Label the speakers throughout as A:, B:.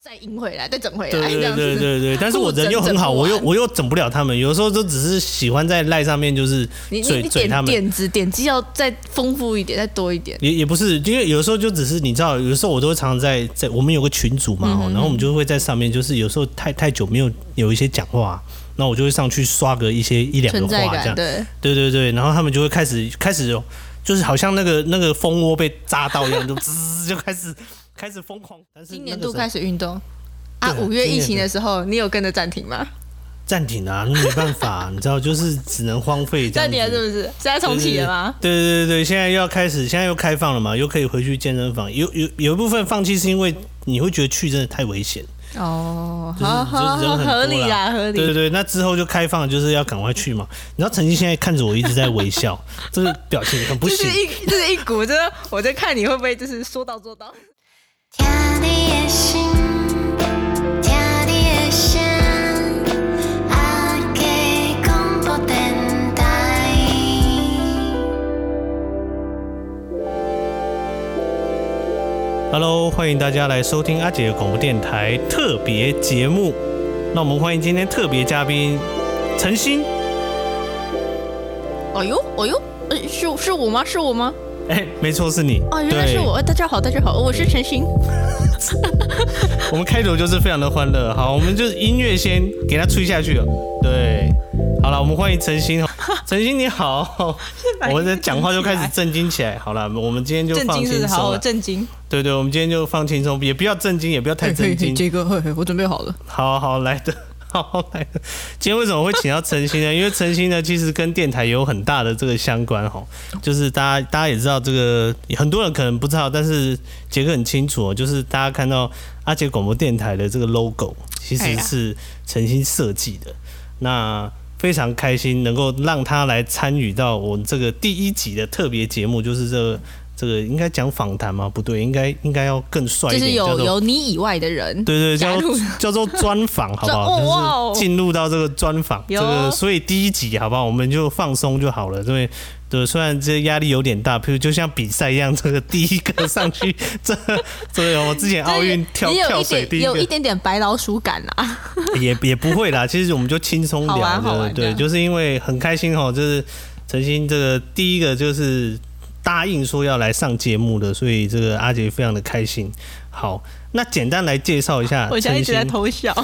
A: 再赢回来，再整回来，
B: 对
A: 这
B: 对
A: 样
B: 对
A: 子。
B: 对对，但是我人又很好，
A: 不
B: 我
A: 整
B: 又
A: 整不完
B: 我又整不了他们，有时候就只是喜欢在赖上面就是
A: 你你
B: 嘴
A: 你
B: 嘴他
A: 点
B: 们，
A: 点子点击要再丰富一点，再多一点。
B: 也也不是，因为有时候就只是你知道，有时候我都会常常在在我们有个群组嘛，吼然后我们就会在上面，就是有时候太太久没有有一些讲话，那我就会上去刷个一些一两个
A: 存在
B: 话这
A: 感
B: 样，
A: 对，
B: 对对对，然后他们就会开始开始有，就是好像那个那个蜂窝被扎到一样，就滋就开始开始疯狂。但是
A: 今
B: 那
A: 年
B: 个
A: 度
B: 时候
A: 开始运动啊，
B: 对啊
A: 五月疫
B: 今年
A: 情的时候，你有跟着暂停吗？
B: 暂停啊，那没办法、你知道，就是只能荒废这
A: 暂
B: 样子。
A: 停了是不是？现在重启了吗？
B: 对对对对，现在又要开始，现在又开放了嘛，又可以回去健身房。有有有一部分放弃是因为你会觉得去真的太危险。
A: 哦，
B: 就是
A: 好好
B: 就是人
A: 好，
B: 很多
A: 合理
B: 啦
A: 啦，合
B: 对对
A: 理。
B: 对，那之后就开放，就是要赶快去嘛。然后陈曦现在看着我一直在微笑，这个表情很不
A: 就
B: 行
A: 是。一就是一股，就是我在看你会不会就是说到做到。
C: 跳你的心，听你的声，阿啊给广播电台。
B: Hello，欢迎大家来收听阿姐的广播电台特别节目。那我们欢迎今天特别嘉宾陈星。
A: 哦呦，哦呦，呃是是我吗？是我吗？
B: 哎，没错，是你。
A: 哦，原来是
B: 对
A: 我。。呃大家好，大家好，我是陈星。
B: 我们开头就是非常的欢乐。好，我们就是音乐先给它吹下去了。对，好了，我们欢迎 陈星。陈星你好，我的讲话就开始震惊起来。好了，我们今天就
A: 震
B: 放
A: 惊是
B: 轻
A: 好，
B: 松
A: 我
B: 了。
A: 震惊。
B: 对对，我们今天就放轻松，也不要震惊，也不要太 震惊。
A: 哥，嘿嘿，我准备好了。
B: 好好来的， 好好来的。今天为什么会请到陈星呢？因为陈星呢，其实跟电台有很大的这个相关哈。就是大家大家也知道这个，很多人可能不知道，但是杰哥很清楚哦。就是大家看到阿杰广播电台的这个 logo，其
A: 哎
B: 实
A: 呀
B: 是陈星设计的。那非常开心能够让他来参与到我们这个第一集的特别节目，就是这个。这个应该讲访谈吗？不对，应该应该要更帅一
A: 就
B: 点，
A: 是
B: 叫
A: 有
B: 做
A: 有你以外的人，
B: 对对，
A: 加
B: 叫
A: 入
B: 叫做专访，好不
A: 专 哦哇
B: 好？
A: 哦
B: 就是进入到这个专访，这
A: 有
B: 个所以第一集好不好？我们就放松就好了，因为对，虽然这压力有点大，譬如就像比赛一样，这个第一个上去， 这这个我之前奥运跳
A: 也有
B: 跳
A: 一
B: 水第
A: 点
B: 一
A: 有
B: 个
A: 一点点白老鼠感啊啦。
B: 也也不会啦，其实我们就轻松
A: 好啊
B: 聊
A: 玩好
B: 的，
A: 玩
B: 对，
A: 的
B: 就是因为很开心哦，就是陈星这个第一个就是答应说要来上节目的，所以这个阿杰非常的开心。好，那简单来介绍一下，
A: 我现在一直在
B: 陈星
A: 偷笑，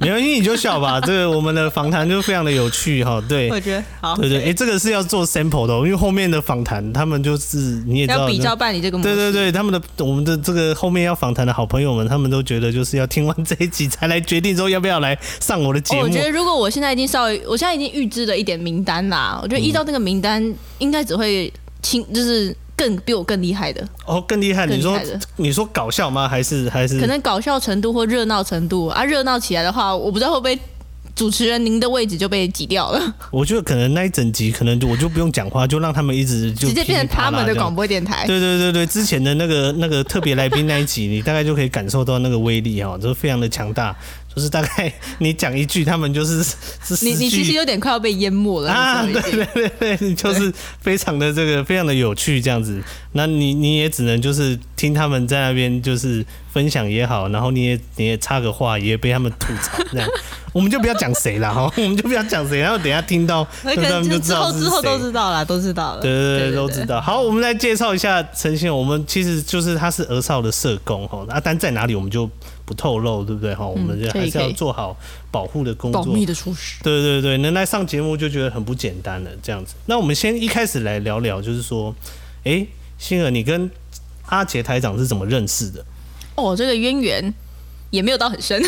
B: 没关系，你就笑吧。这个我们的访谈就非常的有趣哈， 对。
A: 我觉得好
B: 对对，哎、这个是要做 sample 的哦、因为后面的访谈他们就是你也知
A: 要，
B: 道
A: 比较办理这个模
B: 对
A: 式。哦
B: 对对，他们的我们的这个后面要访谈的好朋友们，他们都觉得就是要听完这一集才来决定说要不要来上我的节
A: 哦
B: 目。
A: 我觉得如果我现在已经稍微，我现在已经预知了一点名单啦，我觉得
B: 嗯
A: 依照那个名单，应该只会轻，就是更比我更厉害的，
B: 哦，更厉害，
A: 更
B: 你
A: 厉
B: 说
A: 害的，
B: 你说搞笑吗？还是还是
A: 可能搞笑程度或热闹程度啊，热闹起来的话，我不知道会不会主持人您的位置就被挤掉了，
B: 我觉得可能那一整集可能就我就不用讲话，就让他们一直就
A: 直接变成他们的
B: 广。
A: 广播电台。
B: 对对对对，之前的那个那个特别来宾那一集，你大概就可以感受到那个威力哦，就是非常的强大，就是大概 你讲一句，他们就是 是
A: 你
B: 十
A: 你其实
B: 句
A: 有点快要被淹没了
B: 啊，
A: 你知
B: 对
A: 道吗
B: 对对对，你就是非常的这个非常的有趣这样子。那你你也只能就是听他们在那边就是分享也好，然后你也你也插个话，也被他们吐槽这样。我们就不要讲谁了哈， 我们就不要讲谁，然后等一下听到，
A: 那
B: 对
A: 可
B: 他
A: 能
B: 们就
A: 就
B: 知
A: 之
B: 道
A: 后
B: 是
A: 之后
B: 谁
A: 都知道了，都知道了。
B: 对对对，都知道。好，我们来介绍一下陈先生。我们其实就是他是儿少的社工哈，啊，但在哪里我们就不透露，对不对哈？我们就
A: 嗯可以
B: 还是要
A: 可以
B: 做好保护的工
A: 保
B: 作。
A: 密的出事。
B: 对对对，能来上节目就觉得很不简单了，这样子。那我们先一开始来聊聊，就是说，哎，星儿，你跟阿杰台长是怎么认识 的？
A: 哦，这个渊源也没有到很深，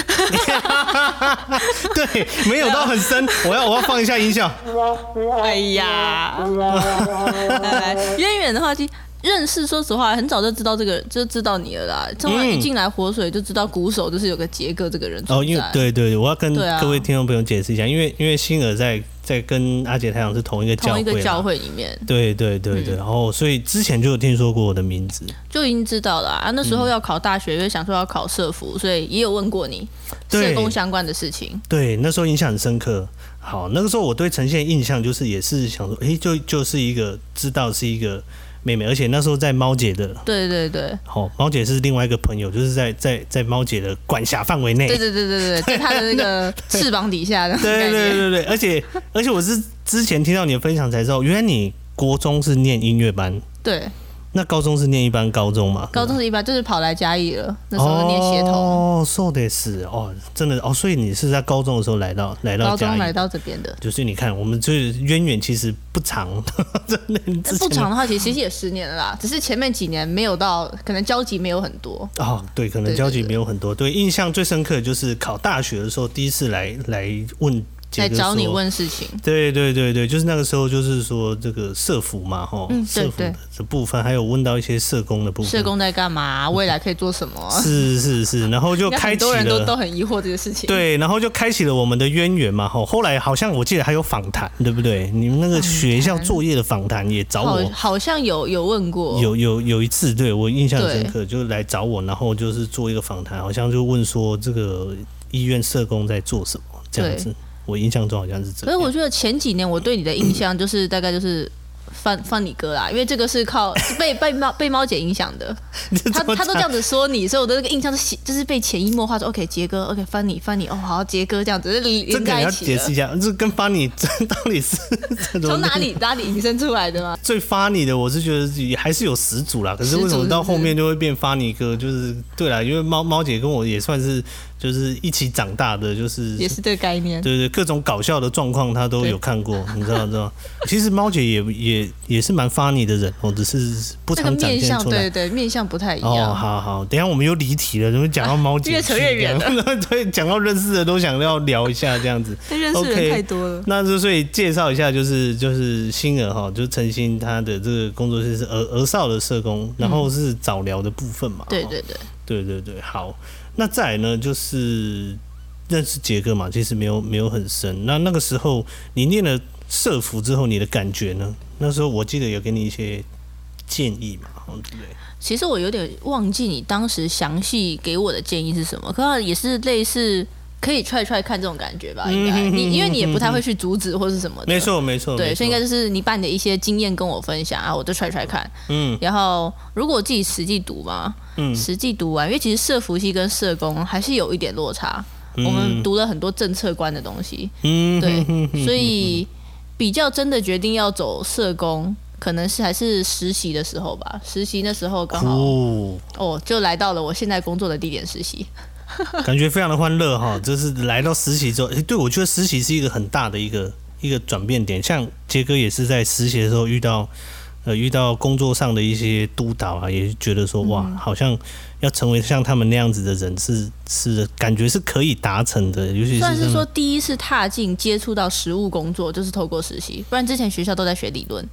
B: 对，没有到很 深，我要我要放一下音效。
A: 哎呀，拜拜渊源的话，其实认识说实话很早就知道这个，就知道你了啦。
B: 嗯
A: 从来一进来活水就知道鼓手就是有个杰哥这个人存在。
B: 哦，因为对对对，我要跟
A: 对啊
B: 各位听众朋友解释一下，因为因为星儿在在跟阿杰台长是同一个
A: 同
B: 教会
A: 一个
B: 嘛
A: 教会里面
B: 对对对对，然后所以之前就有听说过我的名字，
A: 就已经知道了啊。那
B: 嗯
A: 时候要考大学，因为想说要考社服，所以也有问过你
B: 对
A: 社工相关的事情。
B: 对，那时候印象很深刻。好，那个时候我对陈宪印象就是也是想说，诶，就就是一个知道是一个妹妹，而且那时候在猫姐的，
A: 对对对
B: 哦，猫姐是另外一个朋友，就是在在在猫姐的管辖范围内。
A: 对对对对对，在他的那个翅膀底下的
B: 对
A: 概
B: 对
A: 念。
B: 对对，而且而且我是之前听到你的分享才知道，原来你国中是念音乐班，
A: 对，
B: 那高中是念一般高中嘛？
A: 高中是一般就是跑来嘉义了，那时候念协同，
B: 啊哦，そうです，哦，真的哦，所以你是在高中的时候来到来到
A: 高
B: 嘉
A: 中来
B: 义。
A: 到这边的。
B: 就是你看，我们就是渊源其实不长， 真的你之前
A: 不长的话，其实其实也十年了啦，只是前面几年没有到，可能交集没有很多。
B: 哦，对，可能
A: 对
B: 交集
A: 对对
B: 没有很多。对，印象最深刻的就是考大学的时候，第一次来来问杰
A: 来
B: 哥
A: 找你
B: 说
A: 问事情，
B: 对对对对，就是那个时候，就是说这个社服嘛，哈、
A: 嗯对
B: 社服
A: 对
B: 的这部分，还有问到一些社工的部分，
A: 社工在干嘛，未来可以做什么？
B: 嗯是是是，然后就
A: 应该
B: 开
A: 很
B: 启
A: 多人都都
B: 了。
A: 很疑惑这个事情。
B: 对，然后就开启了我们的渊源嘛，吼。后来好像我记得还有访谈，对不对？你们那个学校作业的访谈也找
A: 好
B: 我，
A: 好像有有问过，
B: 有有有一次，对我印象很深刻，就是来找我，然后就是做一个访谈，好像就问说这个医院社工在做什么这样
A: 对
B: 子。我印象中好像是这
A: 可是
B: 样。
A: 我觉得前几年我对你的印象就是大概就是范范你哥啦，因为这个是靠是被 被猫被猫姐影响的，
B: 这
A: 她
B: 怎么
A: 她都这样子说你，所以我的那个印象是就是被潜移默化说 OK 杰哥 OK 翻你翻你哦好杰哥这样子就是
B: 这
A: 连
B: 个
A: 在
B: 你
A: 一
B: 要
A: 起
B: 解释
A: 的。
B: 一下，这跟 funny 这到底是这种
A: 从哪 里哪里引申出来的吗？
B: 最 funny 的？我是觉得也还是有始祖啦，可是为什
A: 始祖
B: 么
A: 是
B: 到
A: 不是
B: 后面就会变 funny 哥？就是对啦，因为猫猫姐跟我也算是就是一起长大的，就是
A: 也是这个概念。
B: 对对，各种搞笑的状况她都有看过，你知道知道。其实猫姐也也也是蛮 funny 的人，我只是不
A: 那个
B: 常展
A: 面
B: 现
A: 相，
B: 出
A: 对
B: 来。
A: 对，面相不太一
B: 哦，
A: 样。
B: 好好，等一下我们又离题了，怎么讲到猫姐 去？
A: 越扯越远
B: 了。 对，讲到认识的都想要聊一下这 样子。
A: 但认识
B: OK
A: 人太多了。
B: 那就所以介绍一下、就是，就是星儿哈，就是陈星他的这个工作室是儿儿少的社工，然后是早疗的部分嘛。
A: 对
B: 哈
A: 对对，
B: 对对对，好。那再来呢，就是认识杰哥嘛，其实没有没有很深。那那个时候你念了社服之后，你的感觉呢？那时候我记得有给你一些建议嘛，哈对不对？
A: 其实我有点忘记你当时详细给我的建议是什么，可也是类似可以踹踹看这种感觉吧，应该
B: 嗯哼哼
A: 你因为你也不太
B: 哼哼
A: 会去阻止或是什么的，
B: 没，错没错，
A: 对，
B: 没
A: 所以应该
B: 错
A: 就是你把你的一些经验跟我分享啊，我就踹踹看，
B: 嗯
A: 然后如果我自己实际读嘛，
B: 嗯
A: 实际读完，因为其实社服系跟社工还是有一点落差，我们读了很多政策观的东 西，
B: 嗯
A: 对
B: 哼哼哼，
A: 所以比较真的决定要走社工，可能是还是实习的时候吧。实习那时候刚好
B: 哦，
A: 哦，就来到了我现在工作的地点实习。
B: 感觉非常的欢乐哈，就是来到实习之后，诶，对我觉得实习是一个很大的一个一个转变点。像杰哥也是在实习的时候遇到，呃，遇到工作上的一些督导啊，也觉得说哇，
A: 嗯
B: 好像要成为像他们那样子的人是是感觉是可以达成的，尤其是
A: 算
B: 他
A: 是
B: 们
A: 说第一次踏进接触到实务工作，就是透过实习，不然之前学校都在学理论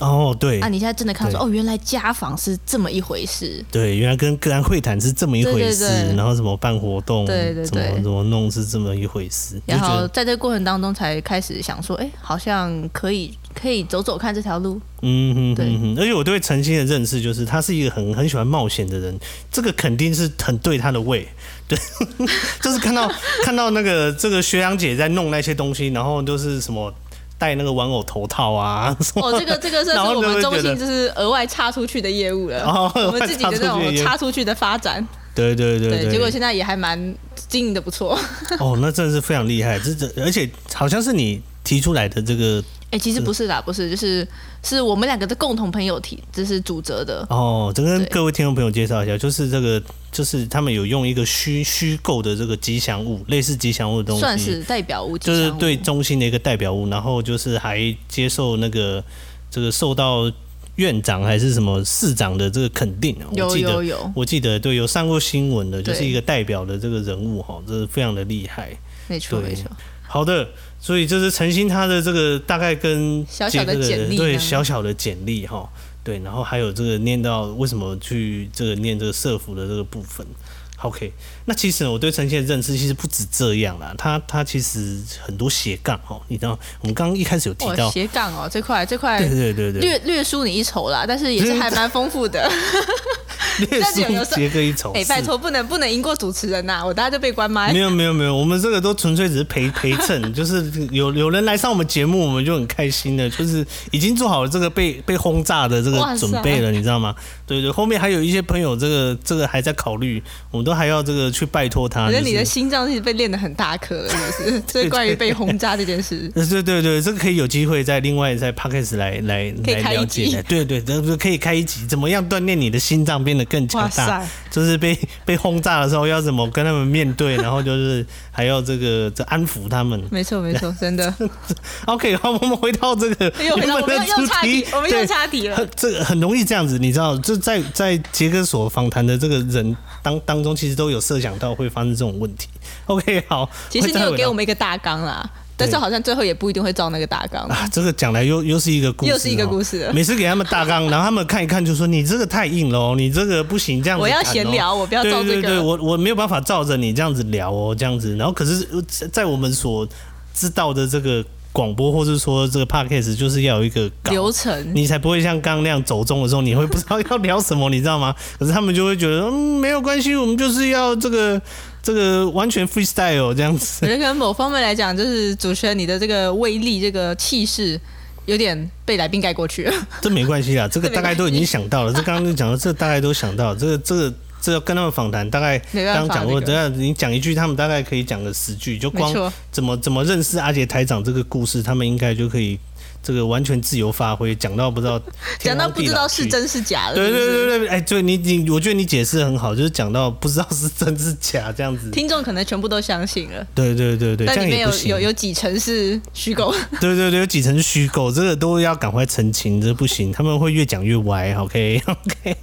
B: 哦，对、
A: 啊。你现在真的看到说
B: 对
A: 哦，原来家访是这么一回事。
B: 对，原来跟个案会谈是这么一回事，
A: 对对对
B: 然后怎么办活动，
A: 对对
B: 怎么
A: 对
B: 怎么弄是这么一回事，就
A: 然
B: 觉
A: 后
B: 得
A: 在这个过程当中，才开始想说，哎、好像可以可以走走看这条 路。
B: 嗯哼
A: 对
B: 哼哼，而且我对陈星的认识就是，他是一个很很喜欢冒险的人，这个肯定是很对他的胃。对， 就是看到看到那个这个学长姐在弄那些东西，然后就是什么戴那个玩偶头套啊， 什么
A: 哦，这个这个
B: 然
A: 算
B: 后
A: 是我
B: 就
A: 们
B: 会
A: 中
B: 觉得
A: 心就是额外插出去的业务 了，
B: 哦
A: 我们自己的这
B: 额外插出
A: 种
B: 去的业务
A: 插出去的发展，
B: 对对对
A: 对，结果现在也还蛮经营的不错。
B: 哦，那真的是非常厉害，这这而且好像是你提出来的这个
A: 哎、其实不是啦，不是，就是是我们两个的共同朋友提，就是主责的。
B: 哦，这跟
A: 对
B: 各位听众朋友介绍一下，就是这个就是他们有用一个虚虚构的这个吉祥物，类似吉祥物的东西，
A: 算是代表无极
B: 就是
A: 商务
B: 对中心的一个代表物，然后就是还接受那个这个受到院长还是什么市长的这个肯定，哦我
A: 有
B: 记
A: 有
B: 得。
A: 有，
B: 我记得对，有上过新闻的，
A: 对
B: 就是一个代表的这个人物哈，这是非常的厉害。
A: 没错
B: 对
A: 没错，
B: 好的，所以这是陈星他的这个大概跟
A: 小小的
B: 杰克
A: 简历这
B: 对
A: 样
B: 小小的简历哈，对，然后还有这个念到为什么去这个念这个社服的这个部分。 OK，那其实呢我对陈曦的认知其实不止这样啦，他他其实很多斜杠哦，你知道，我们刚刚一开始有提
A: 哇，
B: 到，
A: 斜杠哦，这块这块
B: 对对对对，
A: 略略输你一筹啦，但是也是还蛮丰富 的。
B: 略
A: 但是有的时
B: 输
A: 候
B: 杰哥一筹，
A: 哎、拜
B: 是
A: 托，不能不能赢过主持人呐、我大家就被关麦
B: 没。有没有没有，我们这个都纯粹只是陪陪 衬，就是有有人来上我们节目，我们就很开心的，就是已经做好了这个被被轰炸的这
A: 哇
B: 个
A: 塞
B: 准备了，你知道吗？对对，后面还有一些朋友，这个这个还在考虑，我们都还要这个去拜托他。
A: 我觉得
B: 就是
A: 你的心脏是被练得很大颗了，是不 是？所以关于被轰炸这件事，
B: 呃对对对，这个可以有机会在另外在 podcast 来来
A: 可以
B: 来
A: 开一
B: 了解
A: 集
B: 的，对对，这个可以开一集，怎么样锻炼你的心脏变得更强
A: 哇
B: 大
A: 塞？
B: 就是被被轰炸的时候要怎么跟他们面对，然后就是还要这个这安抚他们。
A: 没错没错， 真的
B: OK，好，我们回到这个
A: 又哎回到我们
B: 原本的
A: 又又
B: 主
A: 岔
B: 题
A: 题，，我们又
B: 对
A: 岔题了。
B: 很这个很容易这样子，你知道，就在在杰哥所访谈的这个人当当中，其实都有设想到会发生这种问题。OK，好，
A: 其实
B: 再
A: 你有
B: 回
A: 给
B: 到
A: 我们一个大纲啦，但是
B: 对
A: 好像最后也不一定会照那个大纲。
B: 啊，这个讲来又又是一个故事哦，
A: 又是一个故事了
B: 每次给他们大纲，然后他们看一看，就说你这个太硬了哦，你这个不行，这样子
A: 我要
B: 谈哦
A: 闲聊我不要照
B: 对对
A: 这个
B: 对，我我没有办法照着你这样子聊哦，这样子。然后可是呃在我们所知道的这个广播，或是说这个 podcast，就是要有一个稿
A: 流程
B: 你才不会像刚刚那样走中的时候，你会不知道要聊什么，你知道吗？ 可是他们就会觉得，嗯，没有关系，我们就是要这个这个完全 freestyle 这样
A: 我
B: 子。
A: 觉得可能某方面来讲，就是主持人你的这个威力、这个气势，有点被来宾盖过 去了。
B: 这没 关系啦，这个大概都已经想到了。这刚刚就讲了，这大概都想到了，这个这个。这个跟他们访谈，大概
A: 没
B: 刚
A: 办法
B: 刚讲过，
A: 这
B: 等
A: 个
B: 下你讲一句，他们大概可以讲个十句，就光
A: 没错
B: 怎么怎么认识阿杰台长这个故事，他们应该就可以这个完全自由发挥，讲到不知道
A: 讲
B: 天
A: 到
B: 荒
A: 不
B: 地
A: 知道
B: 老
A: 是
B: 去
A: 真是假了，
B: 对
A: 是不
B: 对
A: 是
B: 对对，哎，对你你，我觉得你解释得很好，就是讲到不知道是真是假这样子。
A: 听众可能全部都相信了，
B: 对对对对，这
A: 但
B: 样
A: 里面
B: 也
A: 有
B: 不行。
A: 有有几成是虚构。
B: 对对对，有几层虚构，这个都要赶快澄清，这不行，他们会越讲越歪。OK OK，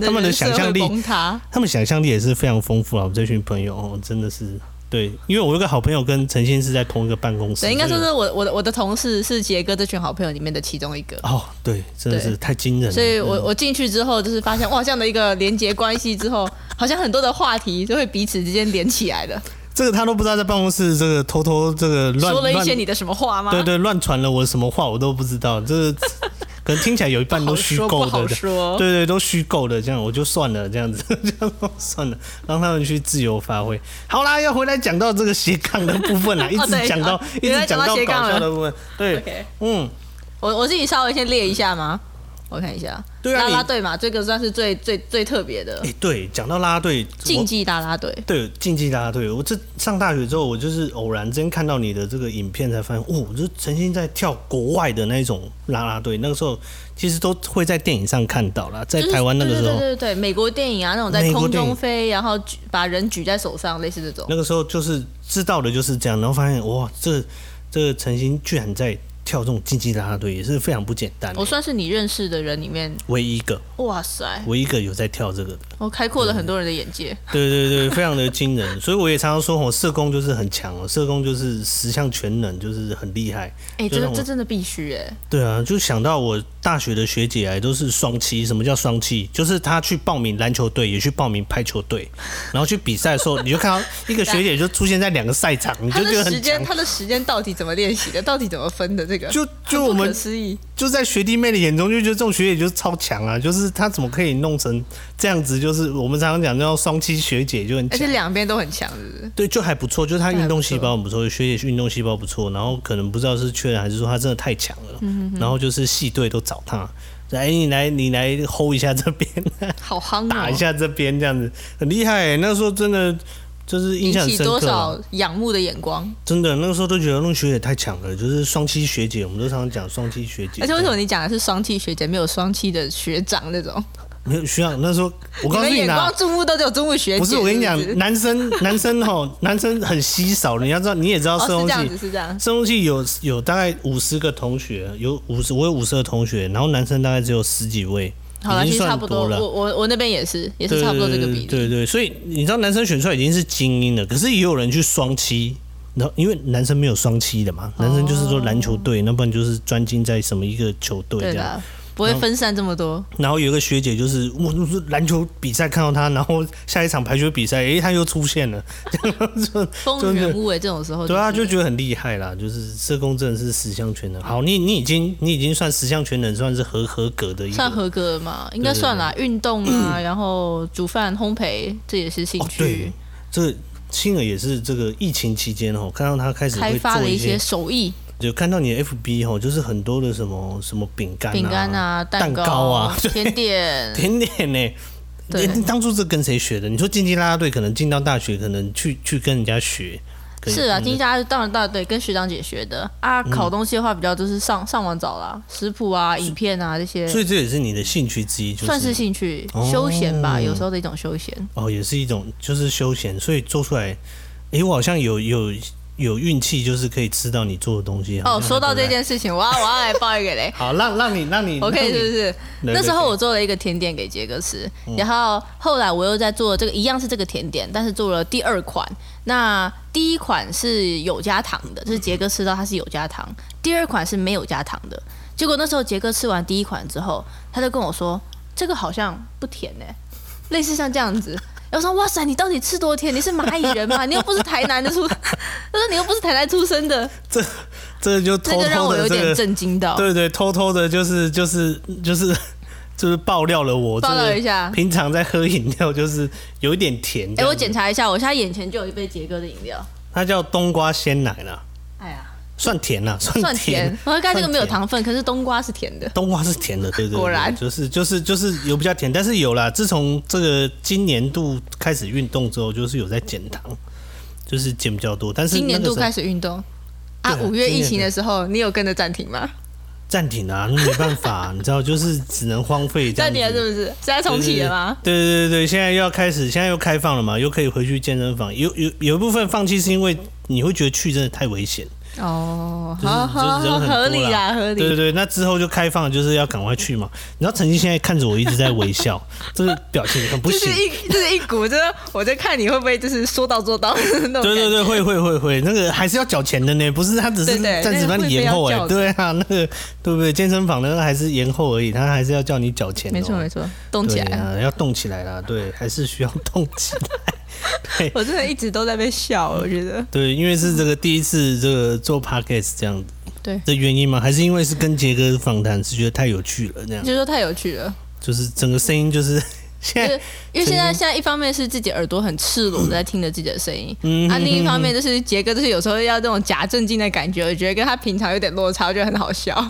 B: 他 们的
A: 人设
B: 想象力
A: 会崩塌，
B: 他们想象力也是非常丰富啊，我们这群朋友哦，真的是对，因为我有个好朋友跟陈先是在同一个办公室，
A: 对，应该
B: 这
A: 说
B: 个
A: 是我我的我的同事是杰哥这群好朋友里面的其中一个。
B: 哦，嗯对，真的是
A: 对
B: 太惊人了。
A: 所以我我进去之后，就是发现哇，这样的一个连接关系之后，好像很多的话题就会彼此之间连起来了。
B: 这个他都不知道在办公室这个偷偷这个乱
A: 说了一
B: 乱
A: 些你的什么话吗？
B: 对对，乱传了我什么话我都不知道，这个 可能听起来有一半
A: 不
B: 都
A: 好
B: 虚
A: 说
B: 构
A: 不好
B: 的，
A: 说
B: 对对，都虚构的，这样我就算了，这样子， 这样算了，让他们去自由发挥。好啦，要回来讲到这个斜杠的部分啊啦，一直
A: 对
B: 讲到、
A: 哦
B: 一
A: 原
B: 直
A: 来
B: 讲
A: 讲到斜杠
B: 搞笑
A: 了
B: 的部分，对
A: OK
B: 嗯，
A: 我我自己稍微先列一下吗？我看一下，
B: 对啊
A: 啦
B: 你
A: 啦队嘛，这个算是最最最特别的
B: 哎、对，讲到啦啦队，
A: 竞
B: 我
A: 技啦啦队。
B: 对竞技啦啦队，我这上大学之后，我就是偶然间看到你的这个影片，才发现，哦，就曾经在跳国外的那种啦啦队，那个时候其实都会在电影上看到啦，在
A: 就是
B: 台湾那个时候，
A: 对对对对对，美国电影啊，那种在
B: 美国
A: 空
B: 电影
A: 中飞，然后举把人举在手上，类似这种。
B: 那个时候就是知道的就是这样，然后发现哇，这这陈星居然在跳这种竞技啦啦队，也是非常不简单。
A: 我算是你认识的人里面，
B: 唯一一个，
A: 哇塞，
B: 唯一一个有在跳这个的，
A: 我开阔了很多人的眼界。
B: 对对对，非常的惊人。所以我也常常说，哦，社工就是很强哦，社工就是十项全能，就是很厉害。
A: 哎、
B: 就
A: 这
B: 让我
A: 这真的必须哎、
B: 对啊，就想到我大学的学姐啊，都是双七。什么叫双七？就是她去报名篮球队，也去报名排球队，然后去比赛的时候，你就看到一个学姐就出现在两个赛场，你
A: 他
B: 就觉得
A: 的时
B: 很强
A: 间，。他的时间到底怎么练习的？到底怎么分的？这个
B: 就就我
A: 不
B: 们
A: 可思议。
B: 就在学弟妹的眼中，就觉得这种学姐就是超强啊，就是她怎么可以弄成这样子？就是我们常常讲叫双七学姐就很
A: 而
B: 强
A: 且，两边都很强，是不是？
B: 对，就还不错，就是她运动细胞很不错，学姐运动细胞不错，然后可能不知道是缺人还是说她真的太强了，
A: 嗯
B: 然后就是系队都找她。来，你来，你来 hold 一下这 边，
A: 好夯哦！
B: 打一下这边，这样子很厉害欸、那时候真的就是印
A: 引
B: 象很
A: 起
B: 深刻啊。
A: 多少仰慕的眼光？
B: 真的，那个时候都觉得那个学姐太强了，就是双七学姐，我们都常常讲双七学姐。
A: 而且为什么你讲的是双气学姐，没有双气的学长那种？
B: 没有学长？那时候我告诉
A: 们
B: 你
A: 眼
B: 啦
A: 光，注目都只有中目学姐。
B: 不是，我跟你讲
A: 是不，是
B: 男生男生吼，男生很稀少。你要知道，你也知道
A: 哦，
B: 社
A: 是
B: 工
A: 这
B: 系，
A: 样子，是这样。
B: 社工系有有大概五十个同学，有五十，我有五十个同学，然后男生大概只有十几位，
A: 好了，
B: 已
A: 其
B: 经
A: 实差
B: 算
A: 不多。
B: 了
A: 我。我我那边也是，也
B: 对
A: 是差不多这个
B: 对
A: 比例。
B: 对对，所以你知道男生选出来已经是精英了，可是也有人去双七，然后因为男生没
A: 哦
B: 有双七的嘛，男生就是说篮球队，那不然就是专精在什么一个球队这
A: 对
B: 样
A: 的。，不会分散这么多。
B: 然后有一个学姐就是，我就是篮球比赛看到她，然后下一场排球比赛，诶、她又出现了，就
A: 风云无为这种时候、
B: 对啊，就觉得很厉害啦。就是社工真的是十项全能。好，你你已经你已经算十项全能，算是合合格的一个。
A: 算合格了嘛，应该算啦。运动 啊，然后煮饭、烘焙，这也是兴
B: 哦，
A: 趣
B: 对。，这个星儿也是这个疫情期间哦，看到她开始
A: 开
B: 会
A: 发
B: 做
A: 了一
B: 些
A: 些，手艺，
B: 就看到你的 FB 哦，就是很多的什么什么饼干、
A: 饼干
B: 啊、
A: 啊、蛋
B: 蛋糕啊对
A: 甜点，
B: 甜点呢、
A: 对
B: 诶你当初是跟谁学的？你说竞技啦啦队可能进到大学，可能去去跟人家学，可以
A: 是啊，
B: 嗯
A: 金家当然大对，跟学长姐学的啊。烤东西的话，比较就是上上网找啦，食谱啊、影片啊这些，
B: 所以这也是你的兴趣之一，就是
A: 算是兴趣
B: 哦
A: 休闲吧，有时候的一种休闲。
B: 哦，也是一种就是休闲，所以做出来，诶，我好像有有有运气，就是可以吃到你做的东 西。啊好
A: 哦，
B: 像
A: 说到
B: 还不赖。
A: 这，件事情，我要我要来爆一个雷
B: 好，让让你让 你
A: OK，是不？是？
B: 对
A: 那时候
B: 对
A: 我做了一个甜点给杰哥吃，
B: 嗯
A: 然后后来我又在做这个一样是这个甜点，但是做了第二款。那第一款是有加糖
B: 嗯
A: 的，就是杰哥吃到它是有加糖；第二款是没有加糖的。结果那时候杰哥吃完第一款之后，他就跟我说：“这个好像不甜呢、类似像这样子。”然后说：“哇塞，你到底吃多甜？你是蚂蚁人吗？你又不是台南的出， 他说你又不是台南出生的，
B: 这这就
A: 这
B: 偷
A: 个让
B: 偷
A: 我
B: 的
A: 有
B: 这
A: 点
B: 个，
A: 震惊到。”
B: 对对，偷偷的就是就是就是。就是爆料了我，
A: 爆料
B: 这个
A: 一下
B: 平常在喝饮料就是有一点甜这
A: 哎、
B: 样子。
A: 我检查一下，我现在眼前就有一杯杰哥的饮料。
B: 它叫冬瓜鲜奶啦，
A: 哎呀，
B: 算嗯甜嗯啦，算
A: 算甜。我说刚才这个没有
B: 算甜
A: 糖分，可是冬瓜是甜的。
B: 冬瓜是甜 的，对对对，
A: 果然
B: 就是就是就是有比较甜，但是有啦。自从这个今年度开始运动之后，就是有在减糖，就是减比较多。但是
A: 今年度开
B: 始
A: 始运动
B: 对
A: 啊，
B: 啊
A: 五月疫
B: 今
A: 情
B: 年
A: 的时候，你有跟着暂停吗？
B: 暂停啊，那没办 法、你知道，就是只能荒废这
A: 暂
B: 样子
A: 停了是不是？现在重启了吗？
B: 对对对对，现在又要开始，现在又开放了嘛，又可以回去健身房。有有有一部分放弃是因为你会觉得去真的太危险，
A: 哦，
B: 嗯就是
A: 好
B: 就是
A: 好好，
B: 人很多
A: 合理
B: 啦
A: 啦，合
B: 对对
A: 理。
B: 对，那之后就开放，就是要赶快去嘛。你知道陈曦现在看着我一直在 微笑，这个表情很不
A: 就
B: 行
A: 是。一就是一股，就是我在看你会不会就是说到做到那种感觉。
B: 对对对，会会会会，那个还是要缴钱的呢，不是他只是
A: 对对
B: 暂时
A: 那
B: 帮
A: 个
B: 你
A: 会
B: 延
A: 被
B: 后
A: 要
B: 哎、
A: 叫的
B: 对啊，那个对不对？健身房那个还是延后而已，他还是要叫你缴钱、哦，
A: 没错没错，动
B: 对
A: 起来了。
B: 啊，要动起来啦，对，还是需要动起来。
A: 我真的一直都在被笑，我觉得
B: 对，因为是这个第一次这个做 podcast 这样子
A: 对，
B: 的原因吗？还是因为是跟杰哥访谈是觉得太有趣了，那样
A: 就说太有趣了。
B: 就是整个声音就是 现
A: 就是
B: 在
A: 因为现在现在一方面是自己耳朵很赤裸地在听着自己的声音，
B: 嗯
A: 啊，另一方面就是杰哥就是有时候要那种假正经的感觉，我觉得跟他平常有点落差，我觉得很好 笑。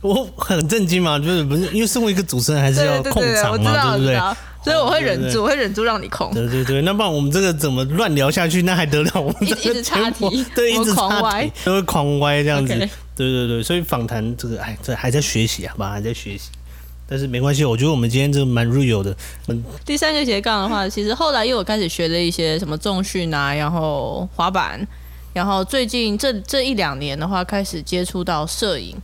B: 我很震惊嘛，就是不是因为身为一个主持人还是
A: 对
B: 要
A: 对对
B: 控
A: 对，我
B: 场
A: 知
B: 嘛，
A: 道我
B: 对不
A: 知
B: 对？哦
A: 道，所以我会忍
B: 对对对
A: 住，我会忍住让你空。
B: 对对对，那不然我们这个怎么乱聊下去？那还得了？我们
A: 一直
B: 这个
A: 一直岔
B: 节目
A: 题
B: 对，一
A: 我
B: 直
A: 狂
B: 岔
A: 歪
B: 题，都会狂歪这样子。
A: OK
B: 对对对，所以访谈这个，哎，这还在学习，好吧，还在学习。但是没关系，我觉得我们今天这个蛮 real 的，嗯，
A: 第三个斜杠的话，其实后来又有开始学了一些什么重训啊，然后滑板，然后最近这这一两年的话，开始接触到摄影，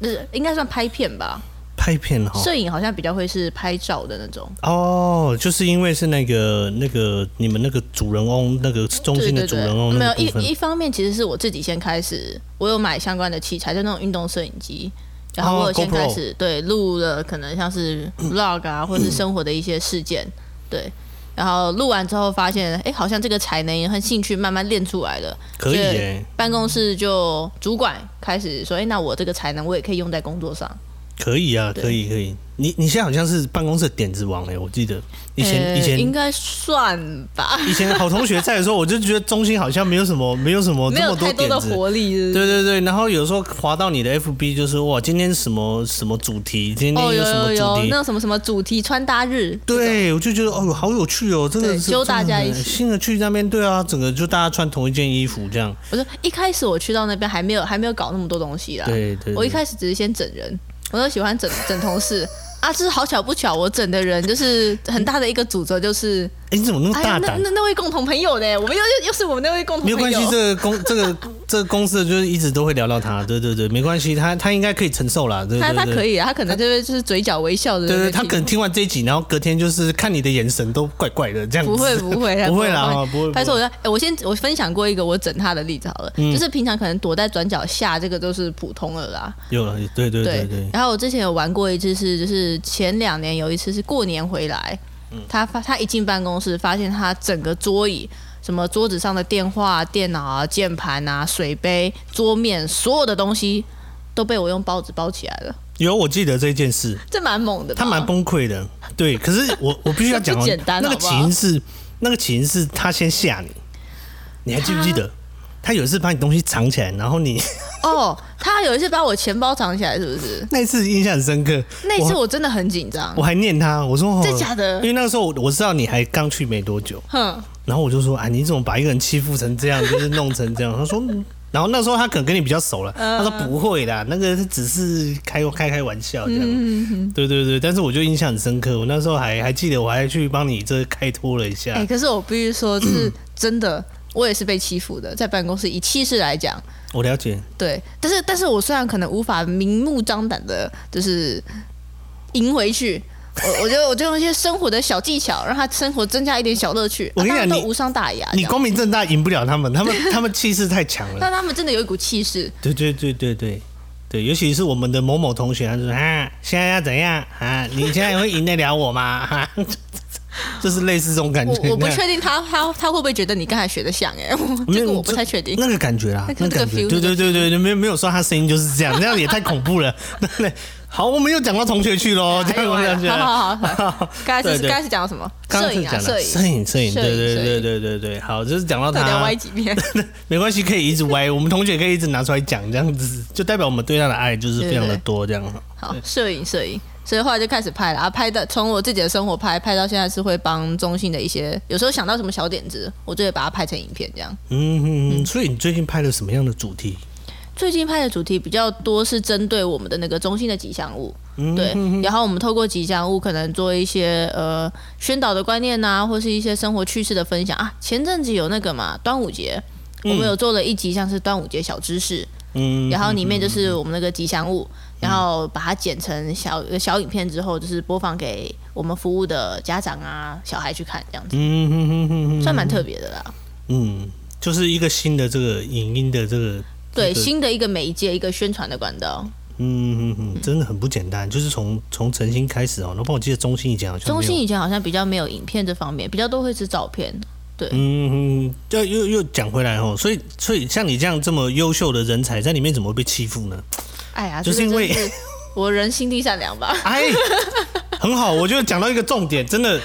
A: 就是应该算拍片吧，
B: 拍片哈。
A: 摄影好像比较会是拍照的那种。
B: 哦，就是因为是那个那个你们那个主人翁那个中
A: 对
B: 心的
A: 对
B: 主
A: 对，
B: 人翁
A: 没有
B: 那个部
A: 一
B: 分
A: 一方面其实是我自己先开始，我有买相关的器材，就那种运动摄影机，然后
B: 哦
A: 我有先
B: GoPro
A: 开始、对录了可能像是 vlog 啊，或是生活的一些事件，对。然后录完之后发现，哎，好像这个才能和兴趣慢慢练出来了。
B: 可以
A: 所
B: 耶，
A: 办公室就主管开始说，哎，那我这个才能我也可以用在工作上。
B: 可以啊，可以可以。你你现在好像是办公室的点子王哎，我记得以前
A: 呃
B: 以前
A: 应该算吧，
B: 以前好同学在的时候，我就觉得中心好像没有什么没有什么
A: 没
B: 哦这
A: 有
B: 么
A: 太多
B: 点
A: 的
B: 子。
A: 活力是不是
B: 对对对，然后有时候滑到你的 FB，就是哇，今天什么什么主题，今天
A: 哦，
B: 什么
A: 有有
B: 主
A: 有，
B: 题，
A: 那种什么什么主题穿搭日，
B: 对我就觉得哦，好有趣哦，真的
A: 对
B: 是
A: 揪大家一起
B: 新的去那边，对啊，整个就大家穿同一件衣服这样，
A: 我说一开始我去到那边还没有还没有搞那么多东西啦，
B: 对对对
A: 我一开始只是先整人，我都喜欢整整同事 啊，就是好巧不巧，我整的人就是很大的一个诅咒就是，
B: 哎，你怎么那么
A: 哎呀
B: 大，
A: 那
B: 胆？
A: 那那位共同朋友呢？我们又又又是我们那位共同
B: 没
A: 朋
B: 有
A: 友，
B: 关系，这个公这个这个公司的就是一直都会聊到他，对对对，没关系，他他应该可以承受啦，对对
A: 他
B: 对，
A: 他可以啊，他可能就是就是嘴角微笑的。
B: 对对，他可能听完这一集，然后隔天就是看你的眼神都怪怪的这样子。
A: 不会不会
B: 不会啦，
A: 他
B: 哦不会。
A: 拍
B: 不
A: 手
B: 会
A: 我说，哎、我先我分享过一个我整他的例子好了，
B: 嗯
A: 就是平常可能躲在转角下，这个都是普通的啦。
B: 有了，对对对对，
A: 然后我之前有玩过一次是，就是前两年有一次是过年回来，
B: 嗯
A: 他发他一进办公室，发现他整个桌椅。什么桌子上的电话、电脑啊、键盘啊、水杯、桌面，所有的东西都被我用报纸包起来了，
B: 有我记得这件事，
A: 这蛮猛的吧。
B: 他蛮崩溃的，对。可是我我 必须要
A: 嗯
B: 讲
A: 这
B: 哦
A: 不简单，
B: 那个
A: 好不
B: 起
A: 好
B: 因是那个起因是他先吓你，你还记不记得？他有一次把你东西藏起来，然后你？
A: 哦，他有一次把我钱包藏起来，是不是
B: 那一次印象很深刻。
A: 那一次
B: 我
A: 我真的很紧张
B: 我。还念他，我说哦
A: 真假的
B: 因为那个时候我我知道你还刚去没多久，
A: 哼，
B: 然后我就说啊，你怎么把一个人欺负成这样，就是弄成这样？ 他说，嗯然后那时候他可能跟你比较熟了，
A: 嗯
B: 他说不会啦，那个只是开开开玩笑
A: 嗯
B: 这样。对对对，但是我就印象很深刻，我那时候还还记得，我还去帮你这开脱了一下。
A: 哎、可是我必须说，是真的，我也是被欺负的，在办公室以气势来讲，
B: 我了解，
A: 对。但是，但是我虽然可能无法明目张胆的，就是赢回去。我我 就我就用一些生活的小技巧，让他生活增加一点小乐趣。
B: 我跟你
A: 啊
B: 讲
A: 当然
B: 你
A: 都无伤大雅。
B: 你光明正大赢不了他们，他们 他们气势太强了。
A: 但他们真的有一股气势，
B: 对对对对对对，尤其是我们的某某同学，他就说啊，现在要怎样啊？你现在会赢得了我吗？ 哈、就是类似这种感觉。
A: 我我不
B: 那
A: 确定他他他会不会觉得你刚才学的像哎、我
B: 没
A: 这
B: 有
A: 个我不太确定。
B: 那个感觉啦，啊
A: 那个
B: 那个感觉，
A: 那个 feel，
B: 对
A: 那
B: 对
A: 个
B: 对对，没有没有说他声音就是这样，那样也太恐 怖了。对不对，好，我们又讲到同学去喽，这
A: 哎
B: 样
A: 呦
B: 我
A: 哎
B: 们
A: 呦
B: 讲去了。
A: 好好好好，刚才
B: 对
A: 是
B: 对
A: 刚才是讲到什么？
B: 刚
A: 摄
B: 刚是
A: 影啊，
B: 讲
A: 摄
B: 了
A: 影，
B: 摄影，摄影，
A: 摄
B: 对
A: 影
B: 对
A: 摄
B: 对
A: 影
B: 对对对，好，就是讲到
A: 到底要
B: 他
A: 歪，几 遍？
B: 没关系，可以一直 歪，我们同学可以一直拿出来讲，这样子就代表我们对他的爱就是非常的多，这样。
A: 好，摄影摄影，所以后来就开始拍了啊，拍的从我自己的生活拍拍到现在是会帮中信的一些，有时候想到什么小点子，我就会把它拍成影片这样。
B: 嗯嗯，所以你最近拍了什么样的主题？
A: 最近拍的主题比较多是针对我们的那个中心的吉祥物，
B: 嗯
A: 对，然后我们透过吉祥物可能做一些呃宣导的观念呐、或是一些生活趣事的分享啊。前阵子有那个嘛端午节，我们有做了一集像是端午节小知识，
B: 嗯，
A: 然后里面就是我们那个吉祥物，然后把它剪成小小影片之后，就是播放给我们服务的家长啊、小孩去看，这样子
B: 嗯哼哼哼哼，
A: 算蛮特别的啦。
B: 嗯，就是一个新的这个影音的这个
A: 对，
B: 这个
A: 新的一个媒介，一个宣传的管道。
B: 嗯嗯嗯，真的很不简单，就是从从晨星开始哦。那帮我记得中心以前好像没有
A: 中心以前好像比较没有影片这方面，比较都会是照片。
B: 嗯嗯，就又又讲回来哦，所以所以像你这样这么优秀的人才，在里面怎么会被欺负呢？
A: 哎呀，
B: 就是
A: 这个
B: 因为。
A: 真是我人心地善良吧
B: 哎，很好，我觉得讲到一个重点，真的，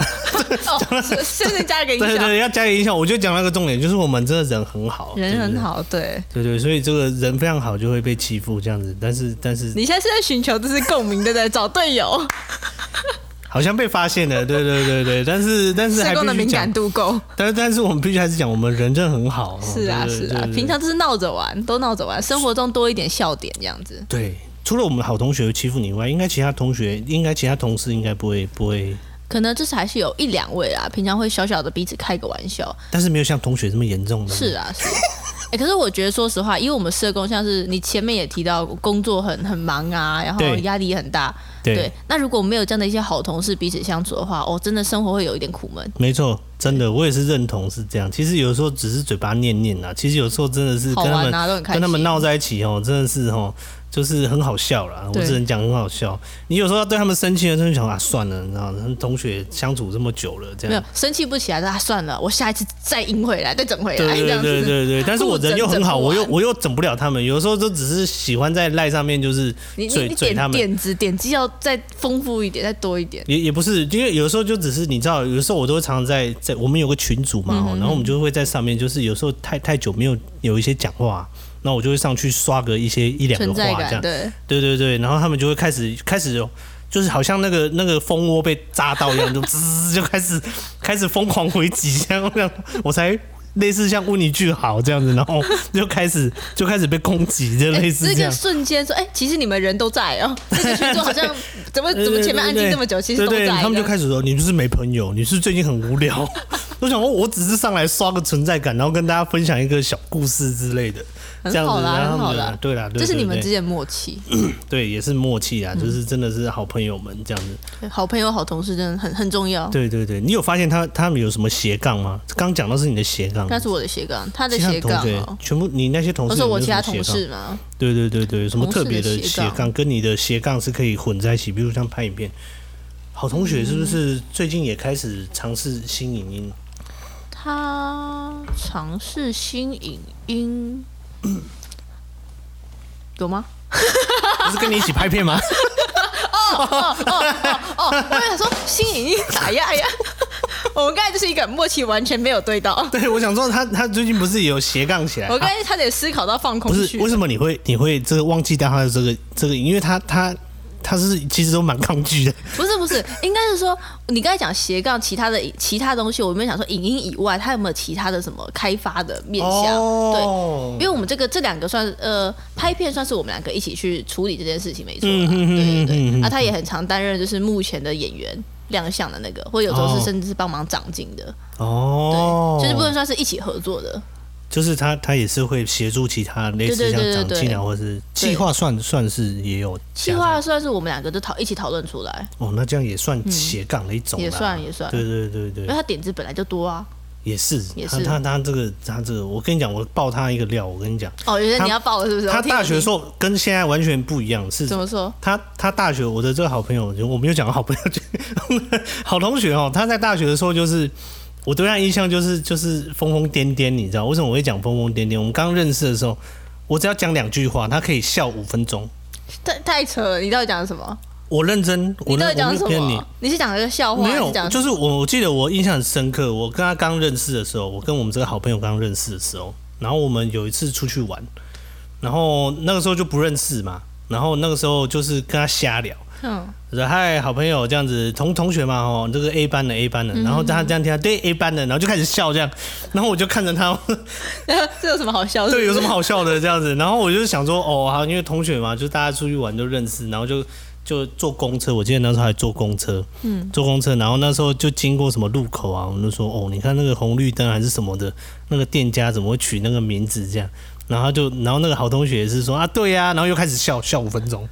A: 哦，是现在加一个音
B: 对对
A: 效，
B: 对，要加以影响。我觉得讲到一个重点，就是我们真的人很好，
A: 人很
B: 好。
A: 好。对，
B: 对对，所以这个人非常好就会被欺负这样子，但是但是
A: 你现在是在寻求就是共鸣，对不对？找队 友，
B: 好像被发现了，对对对对，但是但是
A: 社
B: 还
A: 工的
B: 必须
A: 敏
B: 讲哦
A: 感，度够。
B: 但但是我们必须还是讲，我们人真的很好哦，
A: 是啊，
B: 对对
A: 是
B: 对
A: 啊
B: 对，对
A: 平常就是闹着玩，都闹着玩，生活中多一点笑点这样子。
B: 对，除了我们好同学欺负你以外，应该其他同学，应该其他同事应该不会不会，
A: 可能就是还是有一两位啊，平常会小小的彼此开个玩笑。
B: 但是没有像同学这么严重的。
A: 是啊， 是。哎、可是我觉得，说实话，因为我们社工像是你前面也提到，工作很很忙啊，然后
B: 对
A: 压力也很大，
B: 对，
A: 那如果没有这样的一些好同事彼此相处的话，哦，真的生活会有一点苦闷。
B: 没错，真的，我也是认同是这样。其实有时候只是嘴巴念念啊，其实有时候真的是
A: 好
B: 跟他
A: 玩
B: 们、
A: 啊，都很开心。
B: 跟他们闹在一起哦，真的是哦，就是很好笑啦。我
A: 对
B: 只能讲很好笑。你有时候要对他们生气了，真的想啊，算了，你知道，同学相处这么久了，这
A: 没
B: 样
A: 有。生气不起来的，啊，算了，我下一次再赢回来，再整回来，
B: 对
A: 这
B: 对
A: 样子。
B: 对对对，但是我人又很好，
A: 不
B: 我
A: 整
B: 又
A: 不完
B: 我又整不了他们，有时候就只是喜欢在赖上面就是
A: 你你
B: 嘴
A: 你
B: 嘴他
A: 点
B: 们，
A: 点子点击要再丰富一点，再多一点。
B: 也也不是，因为有时候就只是你知道，有时候我都会常常在在我们有个群组
A: 嗯
B: 嘛，哦吼然后我们就会在上面，就是有时候太太久没有有一些讲话，那我就会上去刷个一些一两个
A: 存在
B: 话这
A: 感，
B: 样，
A: 对，
B: 对对对，然后他们就会开始开始有。就是好像那个那个蜂窝被扎到一样，就滋就开始开始疯狂回击，这样这样我才类似像问一句好这样子，然后就开始就开始被攻击，就 类似
A: 这
B: 这样
A: 个。瞬间说，哎、其实你们人都在 哦、这个群众好像怎么怎么前面安静这么久，其实都
B: 对对
A: 在。啊
B: 对，他们就
A: 这样
B: 开始说你就是没朋友，你是最近很无聊，都想说我只是上来刷个存在感，然后跟大家分享一个小故事之类的，这样
A: 很好
B: 子，
A: 啦
B: 然后
A: 很
B: 他
A: 好
B: 们
A: 啦
B: 的对啦，对
A: 这是
B: 对
A: 你们
B: 对
A: 之嗯间的默契。
B: 对也是默契啊，就是真的是好朋友们这样子。
A: 好朋友、好同事真的很很重要。
B: 对对对，你有发现他他们有什么斜杠吗？刚讲到是你的斜杠，
A: 那是我的斜杠，他的
B: 其他
A: 斜
B: 同
A: 杠
B: 学
A: 哦，
B: 全部你那些同
A: 我
B: 事
A: 说
B: 有没
A: 我
B: 有
A: 其他
B: 什么
A: 同
B: 斜杠
A: 事嘛，
B: 对对对对，有什么
A: 同
B: 特
A: 事
B: 别
A: 的
B: 的
A: 斜
B: 斜
A: 杠
B: 杠跟你的斜杠是可以混在一起，比如像拍影片。好同学是不
A: 嗯
B: 是最近也开始尝试新影 音？
A: 他尝试新影 音，有吗？
B: 不是跟你一起拍片 吗？
A: 哦，我想说新影音打压 呀，我们刚才就是一个默契，完全没有对到。
B: 对，我想说他他最近不是也有斜杠起来？
A: 我刚
B: 啊
A: 才差点思考到放空
B: 不是
A: 去
B: 为。什么你会你会这个忘记掉他的这个这个？因为他他他是其实都蛮抗拒的。
A: 不是不是，应该是说你刚才讲斜杠，其他的其他东西，我们想说影音以外，它有没有其他的什么开发的面向？
B: 哦
A: 对，因为我们这个这两个算呃拍片，算是我们两个一起去处理这件事情，没错啦。
B: 嗯哼哼
A: 对对
B: 哼
A: 对，
B: 哼
A: 啊，他也很常担任就是目前的演员亮相的那个，或有时候
B: 哦
A: 是甚至是帮忙长进的，
B: 哦，
A: 就是不能算是一起合作的。
B: 就是他他也是会协助其他类似
A: 对对
B: 像
A: 对
B: 长
A: 对
B: 进啊，
A: 对
B: 或是计划算算是也有
A: 计
B: 加上
A: 划算是我们两个就讨一起讨论出来，
B: 哦，那这样也算斜杠的一种啦，
A: 嗯也算也算
B: 对对对对
A: 因为，他点子本来就多啊。
B: 也是，
A: 也
B: 他
A: 是
B: 他他这个他这个，我跟你讲，我爆他一个料，我跟你讲，
A: 哦，原来
B: 他
A: 你要报了是不是？
B: 他
A: 我听
B: 大学
A: 你
B: 的时候跟现在完全不一样，是
A: 怎么说？
B: 他他大学我的这个好朋友，就我没有讲好朋友， 就好同学哦，他在大学的时候就是。我对他印象就是就是疯疯癫癫，你知道为什么我会讲疯疯癫癫？我们刚认识的时候，我只要讲两句话，他可以笑五分钟。
A: 太太扯了，你到底讲什么？
B: 我认真，
A: 你
B: 我
A: 到
B: 认
A: 底
B: 我
A: 讲
B: 没
A: 什
B: 有骗你
A: 么，？你是讲了个笑话？
B: 没
A: 哦还
B: 有
A: 是，讲
B: 就是我我记得我印象很深刻，我跟他刚认识的时候，我跟我们这个好朋友刚认识的时候，然后我们有一次出去玩，然后那个时候就不认识嘛，然后那个时候就是跟他瞎聊，
A: 嗯，
B: 我说嗨好朋友这样子，同同学嘛哦，这个 A 班的 A 班的，然后他这样听他对 A 班的，然后就开始笑这样，然后我就看着他，
A: 这有什么好笑的？
B: 对，有什么好笑的这样子？然后我就想说，哦，好，因为同学嘛，就大家出去玩就认识，然后就就坐公车。我记得那时候还坐公车，嗯，坐公车，然后那时候就经过什么路口啊，我们就说，哦，你看那个红绿灯还是什么的，那个店家怎么会取那个名字这样？然后他就，然后那个好同学也是说啊，对呀、然后又开始笑笑五分钟，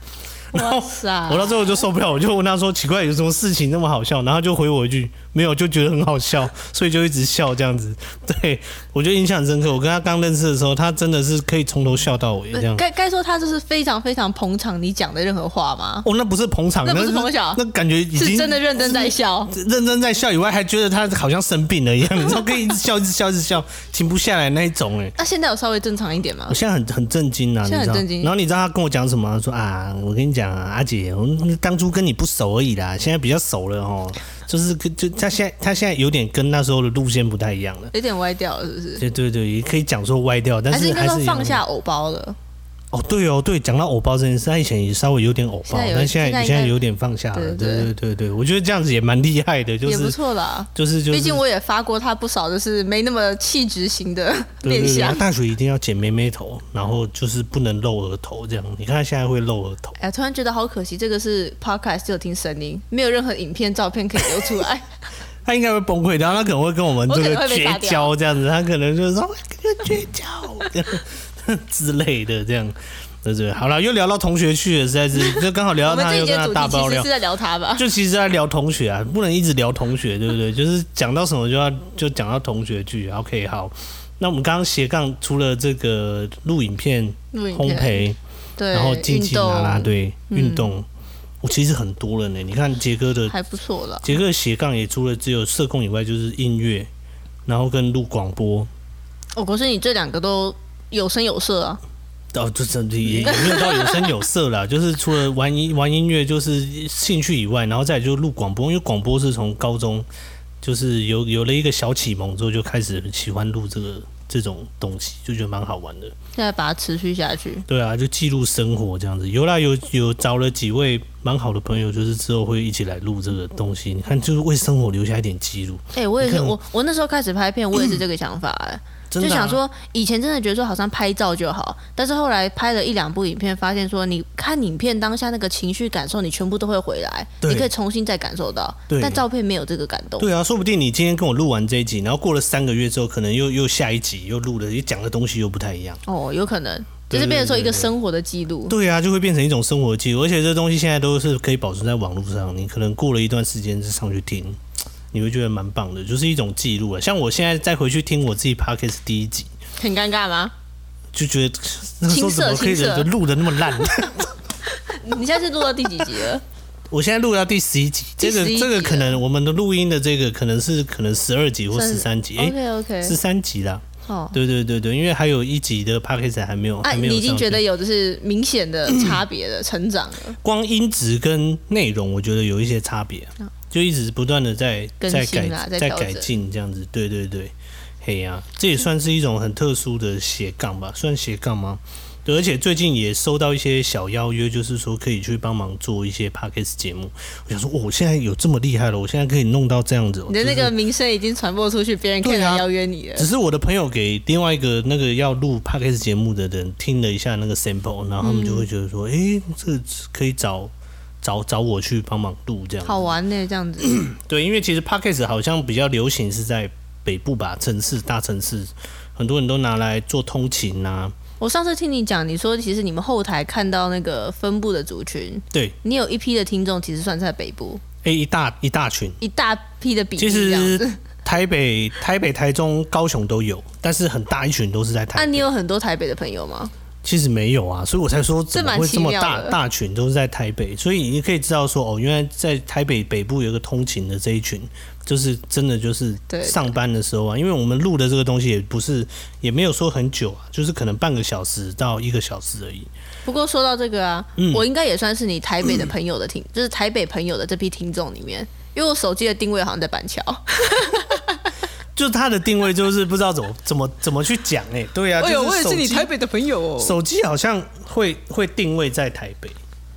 B: 然后
A: 哇塞！
B: 我到最后就受不了，我就问他说：“奇怪，有什么事情那么好笑？”然后他就回我一句：“没有，就觉得很好笑，所以就一直笑这样子。对”我就印象很深刻。我跟他刚认识的时候，他真的是可以从头笑到尾这样。
A: 呃该该说他就是非常非常捧场你讲的任何话吗？
B: 哦，那不是捧场，
A: 那不是捧场
B: 那感觉已经
A: 是真的认真在笑，
B: 认真在笑以外，还觉得他好像生病了一 样，你知道，可以一直笑，一直笑，一直笑，停不下来那一种哎、
A: 那、现在有稍微正常一点吗
B: 我？哦现在很很震惊啊，你
A: 现在很
B: 知道
A: 震？惊
B: 然后你知道他跟我讲什么？他说啊，我跟你讲啊，阿姐，我们当初跟你不熟而已啦，现在比较熟了哦。就是跟就他现在他现在有点跟那时候的路线不太一样了。
A: 有点歪掉了，是不是？
B: 对对对，也可以讲说歪掉，但
A: 还是
B: 是
A: 应该
B: 还是
A: 说
B: 有
A: 放下偶包了？
B: 哦，对哦，对，讲到偶包这件事，他以前也稍微有点偶包
A: 现在，有
B: 但现
A: 现在
B: 在
A: 应
B: 现
A: 该
B: 在有点放下了。
A: 对对
B: 对对对对，我觉得这样子也蛮厉害的，就
A: 也不
B: 是
A: 错啦。
B: 就是就是，
A: 毕竟我也发过他不少，就是没那么气质型的
B: 对
A: 面
B: 对对
A: 相，。
B: 大学一定要剪妹妹头，然后就是不能露额头这样。你看他现在会露额头。
A: 哎，突然觉得好可惜，这个是 podcast 只有听声音，没有任何影片、照片可以流出来。
B: 他应该会崩溃，然后他可能会跟我们这
A: 我可能
B: 个
A: 会被
B: 绝
A: 杀掉
B: 交这样子，他可能就是说跟你绝交这样之类的这样，对对。好了，又聊到同学去了，实在是就刚好
A: 我
B: 聊到
A: 们
B: 他，
A: 这一
B: 又
A: 节
B: 跟他
A: 主
B: 大
A: 题
B: 爆
A: 其实
B: 料
A: 是。在聊他吧？
B: 就其实在聊同学啊，不能一直聊同学，对不对？就是讲到什么就要就讲到同学剧。OK，好，那我们刚刚斜杠除了这个录影片、
A: 录影
B: 烘
A: 片，
B: 焙，
A: 对，
B: 然后竞
A: 运
B: 技
A: 动嗯
B: 啦啦队、运动，我其实很多了呢。你看杰哥的
A: 还不错啦。
B: 杰克的斜杠也除了只有社工以外，就是音乐，然后跟录广播。
A: 我哦可是你这两个都有声有色啊，
B: 哦，就这也也没有到有声有色啦，就是除了玩音玩音乐就是兴趣以外，然后再来就是录广播，因为广播是从高中就是有有了一个小启蒙之后，就开始喜欢录这个这种东西，就觉得蛮好玩的。
A: 现在把它持续下去。
B: 对啊，就记录生活这样子。有啦，有有找了几位蛮好的朋友，就是之后会一起来录这个东西。你看，就是为生活留下一点记录，
A: 哎、我也
B: 你
A: 是，
B: 看
A: 我我那时候开始拍片，我也是这个想法、哎，
B: 真的
A: 就
B: 啊
A: 想说以前真的觉得说好像拍照就好，但是后来拍了一两部影片，发现说你看影片当下那个情绪感受，你全部都会回来，
B: 对
A: 你可以重新再感受到
B: 对，
A: 但照片没有这个感动。
B: 对啊，说不定你今天跟我录完这一集，然后过了三个月之后，可能又又下一集又录了，也讲的东西又不太一样。
A: 哦，有可能
B: 对
A: 就是变成说一
B: 对
A: 个
B: 对
A: 生活的记录。
B: 对啊，就会变成一种生活记录，而且这东西现在都是可以保存在网络上，你可能过了一段时间再上去听，你会觉得蛮棒的，就是一种记录啊。像我现在再回去听我自己 podcast 第一集，
A: 很尴尬吗？
B: 就觉得那个时候怎么可以
A: 青涩青涩
B: 忍录的那么烂？
A: 你现在是录到第几集了？
B: 我现在录到第十一集，这个
A: 第11集
B: 这个可能我们的录音的这个可能是可能十二集或
A: 算
B: 十
A: 是
B: 三集，哎、
A: OK OK，
B: 十三集啦。
A: 哦，
B: 对对对对，因为还有一集的 podcast 还没有，
A: 啊，
B: 还没有
A: 你已经
B: 上哦
A: 觉得
B: 去
A: 有就是明显 的差别的成长了，
B: 光音质跟内容，我觉得有一些差别，就一直不断的在
A: 更
B: 在
A: 新啦
B: 改
A: 在
B: 在
A: 调
B: 改
A: 整
B: 进这样子。对对对，嘿呀、这也算是一种很特殊的斜杠吧， 算斜杠吗？对，而且最近也收到一些小邀约，就是说可以去帮忙做一些 podcast 节目。我想说，哦我现在有这么厉害了，我现在可以弄到这样子哦。
A: 你的那
B: 就是
A: 个名声已经传播出去，别人可以
B: 对啊
A: 来邀约你了
B: 只。是我的朋友给另外一个那个要录 podcast 节目的人听了一下那个 sample，然后他们就会觉得
A: 嗯
B: 说，诶，这可以找找找我去帮忙录这样。
A: 好玩呢、这样子
B: 对，因为其实 podcast 好像比较流行是在北部吧，城市大城市，很多人都拿来做通勤啊。
A: 我上次听你讲，你说其实你们后台看到那个分布的族群，
B: 对，
A: 你有一批的听众其实算在北部，
B: 诶，一大一大群。
A: 一大批的比例
B: 其
A: 这样
B: 实
A: 子。
B: 台北、台北、台中、高雄都有，但是很大一群都是在台
A: 啊，
B: 北。
A: 你有很多台北的朋友吗？
B: 其实没有啊，所以我才说怎么会这么
A: 这蛮
B: 大
A: 奇妙的
B: 大群都是在台北，所以你可以知道说哦，原来在台北北部有一个通勤的这一群，就是真的就是
A: 对
B: 上班的时候啊，因为我们录的这个东西也不是也没有说很久啊，就是可能半个小时到一个小时而已。
A: 不过说到这个啊，
B: 嗯
A: 我应该也算是你台北的朋友的听，就是台北朋友的这批听众里面，因为我手机的定位好像在 板桥。
B: 就它的定位就是不知道怎么怎么怎么去讲哎、对啊，就是手机
A: 北的朋友哦。
B: 手机好像会会定位在台北。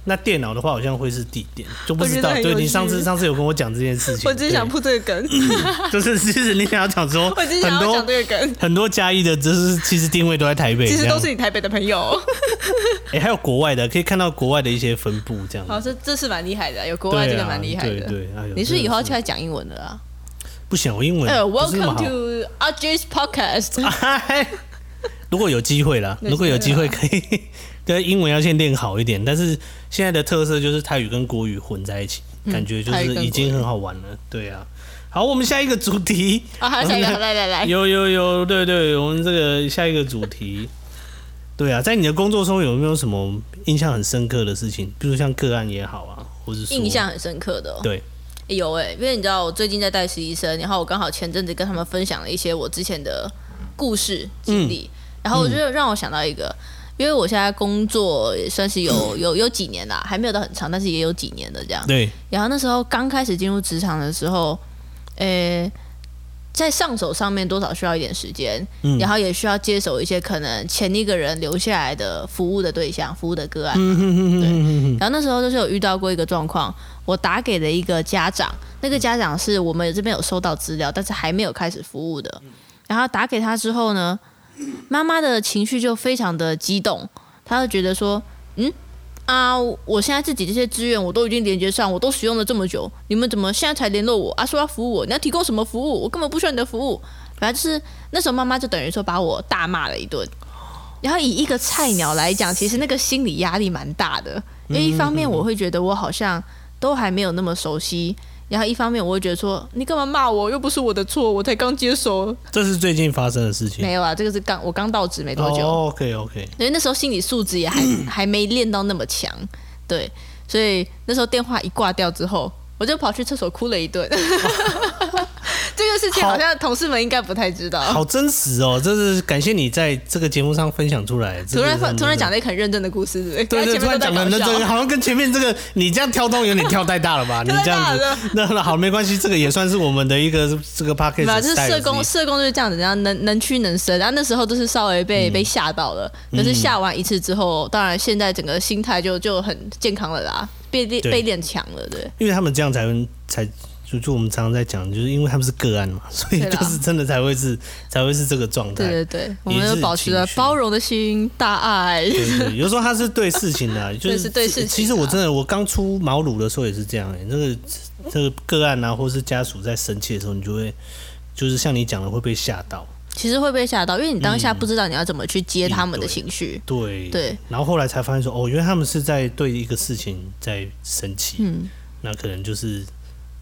B: 那电脑的话，好像会是地点，就不
A: 我觉
B: 知
A: 得
B: 道。
A: 哦很
B: 对
A: 有
B: 你上次
A: 趣
B: 上次有跟我讲这件事 情，
A: 我只是想
B: 对
A: 铺这个梗，
B: 就是其实你想要讲说，
A: 我只是想
B: 很
A: 要讲
B: 多
A: 这个梗。
B: 嗯很多嘉义的，就是其实定位都在台北，
A: 其
B: 这
A: 实
B: 样
A: 都是你台北的朋友，
B: 哎、还有国外的，可以看到国外的一些分布这样 子。
A: 好，这这是蛮厉害的，有国
B: 对啊，
A: 外这个蛮厉害
B: 对
A: 的。
B: 对，哎呦
A: 你是不是以后要
B: 真的
A: 来讲英文的啊？
B: 不行，我英文
A: 呃
B: 不是那么
A: ，Welcome
B: 好。
A: to RJ's Podcast。
B: 哎如果有机会啦，
A: 有机会啦
B: 如果有机会可以， 对英文要先练好一点。但是现在的特色就是泰语跟国语混在一起，感觉就
A: 泰嗯语
B: 是
A: 跟
B: 已经很好玩了。对啊，好，我们下一个主题
A: 啊，还有 下一个，来来来，
B: 有有有，对对，我们这个下一个主题，对啊，在你的工作中有没有什么印象很深刻的事情？比如像个案也好啊，或者说
A: 印象很深刻的哦。
B: 对
A: 有哎、因为你知道我最近在带实习生，然后我刚好前阵子跟他们分享了一些我之前的故事
B: 嗯
A: 经历，然后我就让我想到一个，因为我现在工作也算是有 有有几年啦，还没有到很长，但是也有几年的这样。
B: 对
A: 然后那时候刚开始进入职场的时候，呃、在上手上面多少需要一点时间，
B: 嗯
A: 然后也需要接手一些可能前一个人留下来的服务的对象、服务的个案。
B: 嗯
A: 然后那时候就是有遇到过一个状况，我打给了一个家长，那个家长是我们这边有收到资料，但是还没有开始服务的。然后打给他之后呢，妈妈的情绪就非常的激动，她就觉得说，嗯啊，我现在自己这些资源我都已经连接上，我都使用了这么久，你们怎么现在才联络我啊？说要服务我，你要提供什么服务？我根本不需要你的服务。反正就是那时候妈妈就等于说把我大骂了一顿。然后以一个菜鸟来讲，其实那个心理压力蛮大的，因为一方
B: 嗯
A: 面我会觉得我好像都还没有那么熟悉，然后一方面我会觉得说你干嘛骂我，又不是我的错，我才刚接手。
B: 这是最近发生的事情。
A: 没有啊，这个是刚我刚到职没多久，
B: 哦，OK OK，
A: 因为那时候心理素质也还还没练到那么强，对，所以那时候电话一挂掉之后，我就跑去厕所哭了一 顿。这个事情好像同事们应该不太知道。
B: 好真实哦，这是感谢你在这个节目上分享出来。
A: 突然
B: 这个是
A: 突然讲
B: 真的。
A: 了一个很认真的故事，对不
B: 对对，
A: 前
B: 突
A: 面都在
B: 然讲的
A: 搞
B: 那
A: 笑
B: 这个。好像跟前面这个你这样跳动有点跳太大了 吧？你这样
A: 太大
B: 子，那好没关系，这个也算是我们的一个这个 p a c k a
A: 没
B: g
A: 有，啊
B: e
A: 就是社工，社工就是这样子，然后能能屈能伸。然后那时候都是稍微
B: 嗯
A: 被、被吓到了，可是吓完一次之后，当然现在整个心态就就很健康了啦，被练
B: 嗯对
A: 被练强了，对。
B: 因为他们这样才能才就就我们常常在讲，就是因为他们是个案嘛， 所以
A: 对啦
B: 就是真的才会是才会是这个状态。
A: 对对对，我
B: 理
A: 们
B: 智
A: 就保持了
B: 情绪
A: 包容的心、大爱。
B: 对对，有时候他是对事情 的啊、就
A: 对
B: 是
A: 是对事情的啊
B: 其实我真的，我刚出茅庐的时候也是这样、欸，那个这个个案啊，或是家属在生气的时候，你就会就是像你讲的会被吓到，
A: 其实会被吓到，因为你当下不知道你要怎么去接他们的
B: 嗯应对
A: 情绪。
B: 对
A: 对。
B: 然后后来才发现说，哦，原来他们是在对一个事情在生气，
A: 嗯，
B: 那可能就是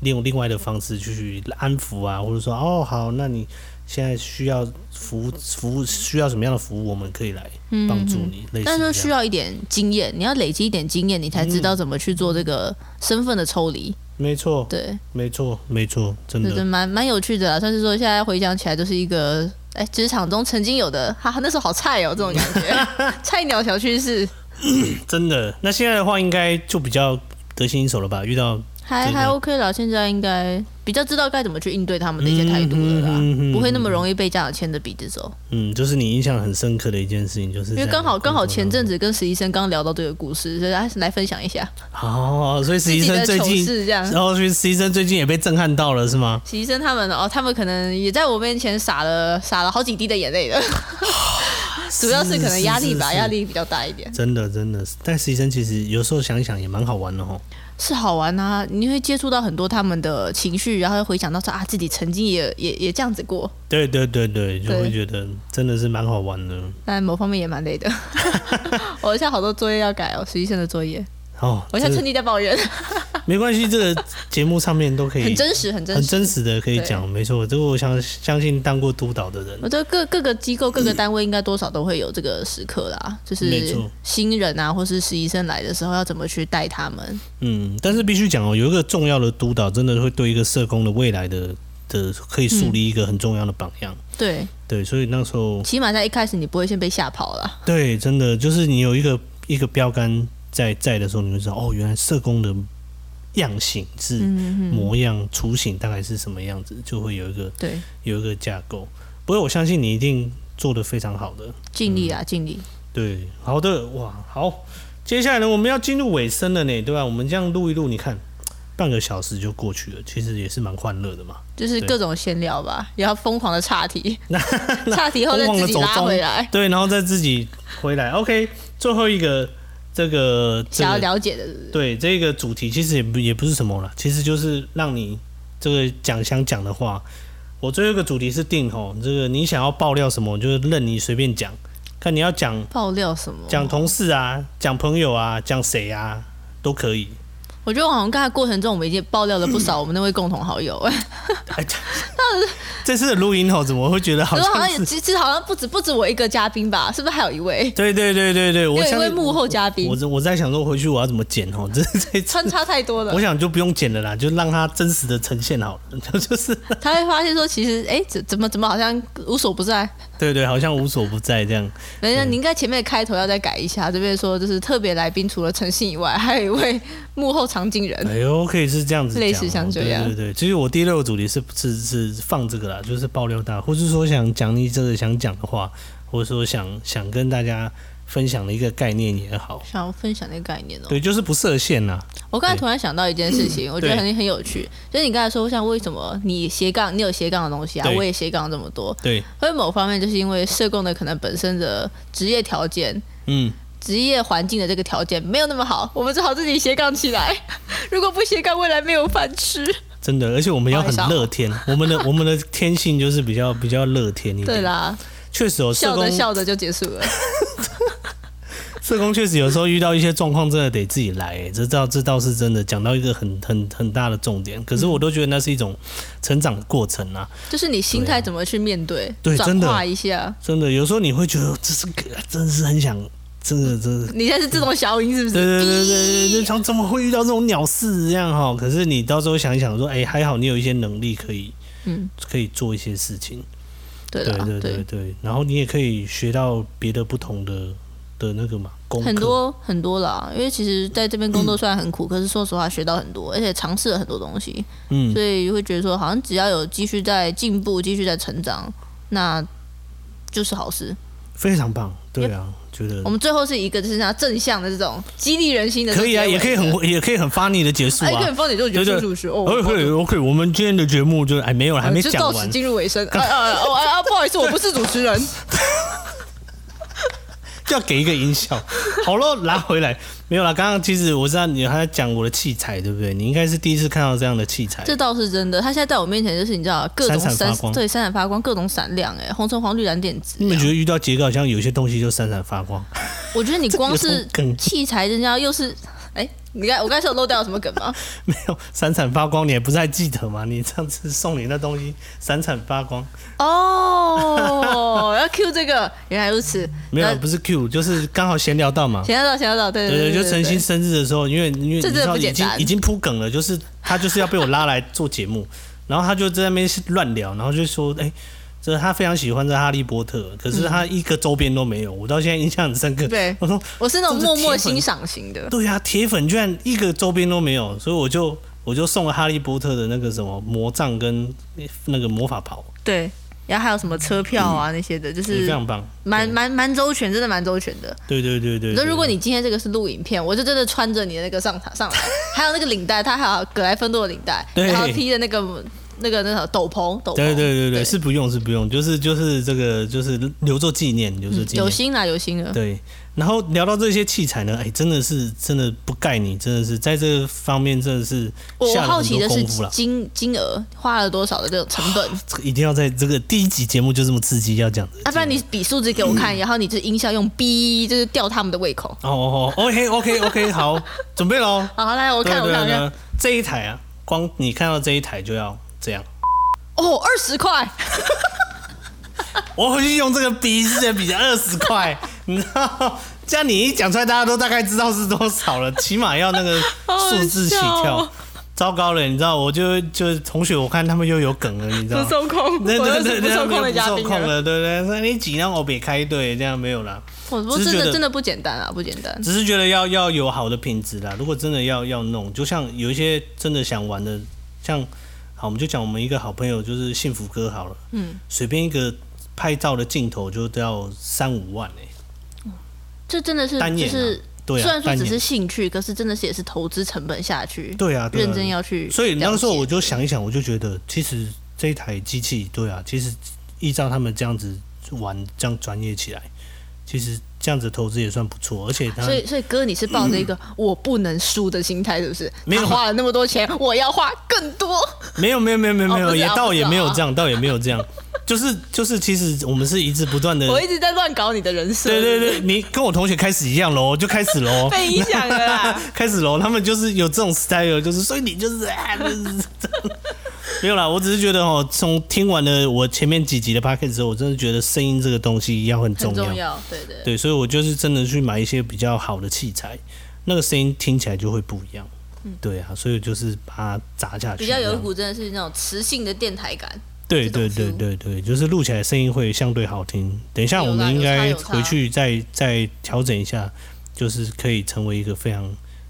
B: 利用另外的方式去安抚啊，或者说，哦，好，那你现在需要服务服务需要什么样的服务，我们可以来帮助你，类
A: 嗯
B: 似
A: 但
B: 这
A: 是
B: 样嗯
A: 需要一点经验，你要累积一点经验，你才知道怎么去做这个身份的抽离。
B: 没错，
A: 对，
B: 没错，没错，真
A: 对
B: 的
A: 对，。蛮蛮有趣的啊啦。算是说现在回想起来，就是一个哎，职场中曾经有的，哈哈，那时候好菜哦，这种感 觉，菜鸟小趋势，
B: 真的，那现在的话应该就比较得心应手了吧？遇到
A: 还
B: 真的
A: 还 OK 啦。现在应该比较知道该怎么去应对他们的一些态度了啦，
B: 嗯嗯嗯嗯
A: 不会那么容易被家长牵着鼻子走。
B: 嗯，就是你印象很深刻的一件事情，就是啊
A: 因为刚好刚好前阵
B: 子，
A: 子跟实习生刚聊到这个故事，所以哎来分享一下
B: 哦，所以实习
A: 自己
B: 生
A: 的
B: 最
A: 糗
B: 近，啊
A: 事这样。
B: 然后实习生最近也被震撼到了，是吗？
A: 实习生他们哦，他们可能也在我面前洒了洒了好几滴的眼泪了， 主要是可能压力吧，
B: 哦是
A: 压。力比较大一点。
B: 是真的，真的，但实习生其实有时候想一想也蛮好玩的哦。
A: 是好玩啊，你会接触到很多他们的情绪，然后回想到说啊，自己曾经也也也这样子过，
B: 对对对对，就会
A: 对
B: 觉得真的是蛮好玩的
A: 但某方面也蛮累 的。我现在好多作业要改哦，实习生的作业，
B: 哦。
A: 我现在
B: 这
A: 趁机在抱 怨，
B: 没关系，这个节目上面都可以
A: 很真实，很真
B: 很
A: 实。
B: 真实的可以
A: 对
B: 讲，没错。这个我相相信当过督导的人
A: 我觉得各各个机构、各个单位应该多少都会有这个时刻啦，就
B: 没
A: 是
B: 错
A: 新人啊，或是实习生来的时候要怎么去带他们。
B: 嗯，但是必须讲哦，有一个重要的督导，真的会对一个社工的未来的的可以树立一个很重要的榜样。
A: 对，
B: 对，所以那时候
A: 起码在一开始你不会先被吓跑啦。
B: 对，真的就是你有一个一个标杆在在的时候，你会知道哦，原来社工的样型
A: 嗯
B: 是模样、雏形大概是什么样子，就会有一个
A: 对，
B: 有一个架构。不过我相信你一定做得非常好的。
A: 尽力啊，
B: 嗯
A: 尽力。
B: 对，好的，哇，好，接下来呢，我们要进入尾声了呢，对吧？我们这样录一录，你看半个小时就过去了，其实也是蛮欢乐的嘛。
A: 就是
B: 对
A: 各种闲聊吧，也要疯狂的岔 题，岔题后再自己拉回来，
B: 对，然后再自己回来。OK，最后一个这个这
A: 想要
B: 个
A: 了解的，
B: 对这个主题其实也不也不是什么了，其实就是让你这个讲想讲的话。我最后一个主题是定吼，这个你想要爆料什么，就是任你随便讲，看你要讲
A: 爆料什么？
B: 讲同事啊，讲朋友啊，讲谁啊，都可以。
A: 我觉得我好像刚才过程中我们已经爆料了不 少我们那位共同好友， 哎，
B: 哎，这次的录音哦，怎么会觉得好
A: 我好
B: 像
A: 像也
B: 是？
A: 其实好像不止不止我一个嘉宾吧，是不是还有一位？
B: 对对对对对，我
A: 有一
B: 相
A: 位
B: 信
A: 幕后嘉宾
B: 我，我在想说回去我要怎么剪哦，这这这，
A: 穿插太多了
B: 我，想就不用剪了啦，就让它真实的呈现好了，就是
A: 他会发现说其实哎怎怎么怎么好像无所不在。
B: 对对，好像无所不在这样。
A: 等
B: 嗯
A: 一下，你应该前面的开头要再改一下，这边说就是特别来宾除了诚信以外，还有一位幕后长镜人。
B: 哎呦，可以是这样子讲哦，
A: 类似像这样
B: 对对对，其实我第六个主题是是是放这个啦，就是爆料大，或是说想讲你这个想讲的话，或者说想想跟大家分享的一个概念也好，
A: 想要分享那个概念哦。
B: 对，就是不设限啦。
A: 我刚才突然想到一件事情，我觉得很很有趣，就是你刚才说像为什么你斜杠，你有斜杠的东西啊，
B: 对
A: 我也斜杠这么多，
B: 对，
A: 因为某方面就是因为社工的可能本身的职业条件。
B: 嗯，
A: 职业环境的这个条件没有那么好，我们只好自己斜杠起来。 如果不斜杠，未来没有饭吃。
B: 真的，而且我们要很
A: 不好意思啊
B: 乐天，我们的我们的天性就是比较比较乐天一点。
A: 对，啦，
B: 确实有哦社
A: 笑着
B: 工，
A: 笑着就结束了。
B: 社工确实有时候遇到一些状况，真的得自己来、欸这倒这倒是真的。讲到一个很很很大的重点，可是我都觉得那是一种成长的过程啊。
A: 就是你心态怎么去面对，
B: 对
A: 转
B: 真的
A: 化一下。
B: 真的，有时候你会觉得这是个真是很想，真的真的。
A: 你现在是自动消音是不是？
B: 对对对对对，就想怎么会遇到这种鸟事这样哈？可是你到时候想一想说，哎、还好你有一些能力可以，
A: 嗯，
B: 可以做一些事情。
A: 啊对
B: 对
A: 啦，
B: 对对对，然后你也可以学到别的不同的的那个嘛功课，
A: 很多很多啦，因为其实在这边工 作虽然很苦，可是说实话学到很多，而且尝试了很多东西，
B: 嗯
A: 所，以会觉得说好像只要有继续在进步、继续在成长，那就是好事。
B: 非常棒，对啊，觉得
A: 我们最后是一个就是拿正向的这种激励人心的，
B: 可以啊，也可
A: 哎
B: 以很也可以很发力的结束
A: 哎，一个
B: 啊
A: 人。帮你做，你
B: 对
A: 就
B: 对
A: 叔叔叔哦，
B: o k OK，我们今天的节目就哎没有了，还没
A: 就
B: 讲
A: 到
B: 完
A: 此。进入尾 声。呃呃呃，哦啊啊，不好意思，我不是主持人。
B: 要给一个音效。 好了，拉回来，没有啦。刚刚其实我知道你还在讲我的器材，对不对？你应该是第一次看到这样的器材。
A: 这倒是真的，他现在在我面前就是你知道各种
B: 闪闪发光嗯
A: 对，闪闪发光，各种闪亮，哎，红橙黄绿蓝靛紫。
B: 你们觉得遇到杰哥好像有些东西就闪闪发光？
A: 我觉得你光
B: 这有什
A: 是
B: 么梗
A: 器材，人家又是哎，你看我刚才是有漏掉什么梗 吗？
B: 没有，闪闪发光，你也不是还记得吗？你上次送你那东西闪闪发光，
A: 哦，要 Q 这个，原来如此。
B: 没有，啊
A: 那
B: 不是 Q，就是刚好闲聊到嘛。
A: 想得到，想得到，对
B: 对
A: 对
B: 对，就
A: 对
B: 陈星生日的时候，因为因为你
A: 这
B: 知
A: 真的
B: 道
A: 不
B: 已
A: 简
B: 经
A: 单
B: 已经铺梗了，就是他就是要被我拉来做节 目，然后他就在那边乱聊，然后就说，哎、这他非常喜欢这哈利波特，可是他一个周边都没有，我到现在印象很深刻。
A: 嗯对
B: 我说
A: 我是那种
B: 这
A: 默
B: 是
A: 默
B: 铁粉
A: 欣赏型的。
B: 对呀、啊，铁粉居然一个周边都没有，所以我就我就送了哈利波特的那个什么魔杖跟那个魔法袍，
A: 对，然后还有什么车票啊那些的，就
B: 嗯也非
A: 是
B: 常棒。
A: 蛮蛮蛮周全，真的蛮周全的。
B: 对对对对
A: 那如果你今天这个是录影片，我就真的穿着你的那个上场上 来，还有那个领带，它还有格莱芬多的领带，
B: 对
A: 然后披的那个那个那个斗篷，斗篷，
B: 对对对对对，
A: 对
B: 是不用是不用，就是就是这个就是留作纪念，留作纪念
A: 有。心啦，有心了。
B: 对，然后聊到这些器材呢，哎，真的是真的不盖你，真的是在这个方面真的是
A: 我
B: 下了
A: 好
B: 很
A: 奇的
B: 多
A: 是
B: 功夫了。
A: 金金额花了多少的这种成本，啊
B: 这个一定要在这个第一集节目就这么刺激，要讲的。
A: 要、不然你比数字给我 看，然后你这音效用 B 就是吊他们的胃口。
B: 哦哦哦，OK OK OK，好，准备喽。
A: 好，来 我
B: 对
A: 看我
B: 对
A: 看我看，
B: 对，这一台啊，光你看到这一台就要这样。
A: 哦，二十块，
B: 我回去用这个比之前比的二十块， 你知道，这样你一讲出来，大家都大概知道是多少了，起码要那个数字 起
A: 好好笑
B: 跳
A: 哦。
B: 糟糕了，你知道，我就就同学，我看他们又有梗了，你知道吗？
A: 控
B: 对对对，
A: 不
B: 对
A: 受控的嘉
B: 不
A: 宾啊
B: 受控。了，对对对，那你几让我别开队，这样没有啦。
A: 我说
B: 只是
A: 真
B: 觉
A: 的
B: 得
A: 真的不简单啊，不简单。
B: 只是觉得要要有好的品质啦。如果真的要要弄，就像有一些真的想玩的，像好，我们就讲我们一个好朋友就是幸福哥好了，
A: 嗯，
B: 随便一个拍照的镜头就都要三五万哎、
A: 这真的是
B: 单
A: 就
B: 眼啊
A: 是
B: 对啊，
A: 虽然说
B: 单
A: 只
B: 眼
A: 是兴趣，可是真的是也是投资成本下去，
B: 对啊，对啊
A: 认真要去了解。
B: 所以那个时候我就想一想，我就觉得其实这一台机器，对啊，其实依照他们这样子玩，这样专业起来，其实这样子投资也算不错，而且它
A: 所以，所以哥，你是抱着一 个我不能输的心态，是不是？
B: 没有嗯
A: 他花了那么多钱，我要花更多。
B: 没有没有没有没有没
A: 哦不
B: 有，
A: 是啊
B: 也
A: 不
B: 倒
A: 是
B: 也
A: 啊
B: 没有这样，倒也没有这样，就是就是，其实我们是一直不断的，
A: 我一直在乱搞你的人设，
B: 对对对，你跟我同学开始一样喽，就开 始喽，
A: 被影响了啦。
B: 开始喽，他们就是有这种 style，就是所以你就是 啊，就是这样没有啦，我只是觉得哦，从听完了我前面几集的 p o c a s t 之后，我真的觉得声音这个东西要很
A: 很
B: 重要，
A: 重要，对对。
B: 对，所以我就是真的去买一些比较好的器材，那个声音听起来就会不一样。对啊，所以就是把它砸下
A: 嗯
B: 去，
A: 比较有
B: 这
A: 一
B: 样
A: 股真的是那种磁性的电台感，
B: 对
A: 这种
B: 对对
A: feel
B: 对对，就是录起来声音会相对好听。等一下
A: 有啦
B: 我们应该
A: 有差有差
B: 回去再再调整一下，就是可以成为一个非常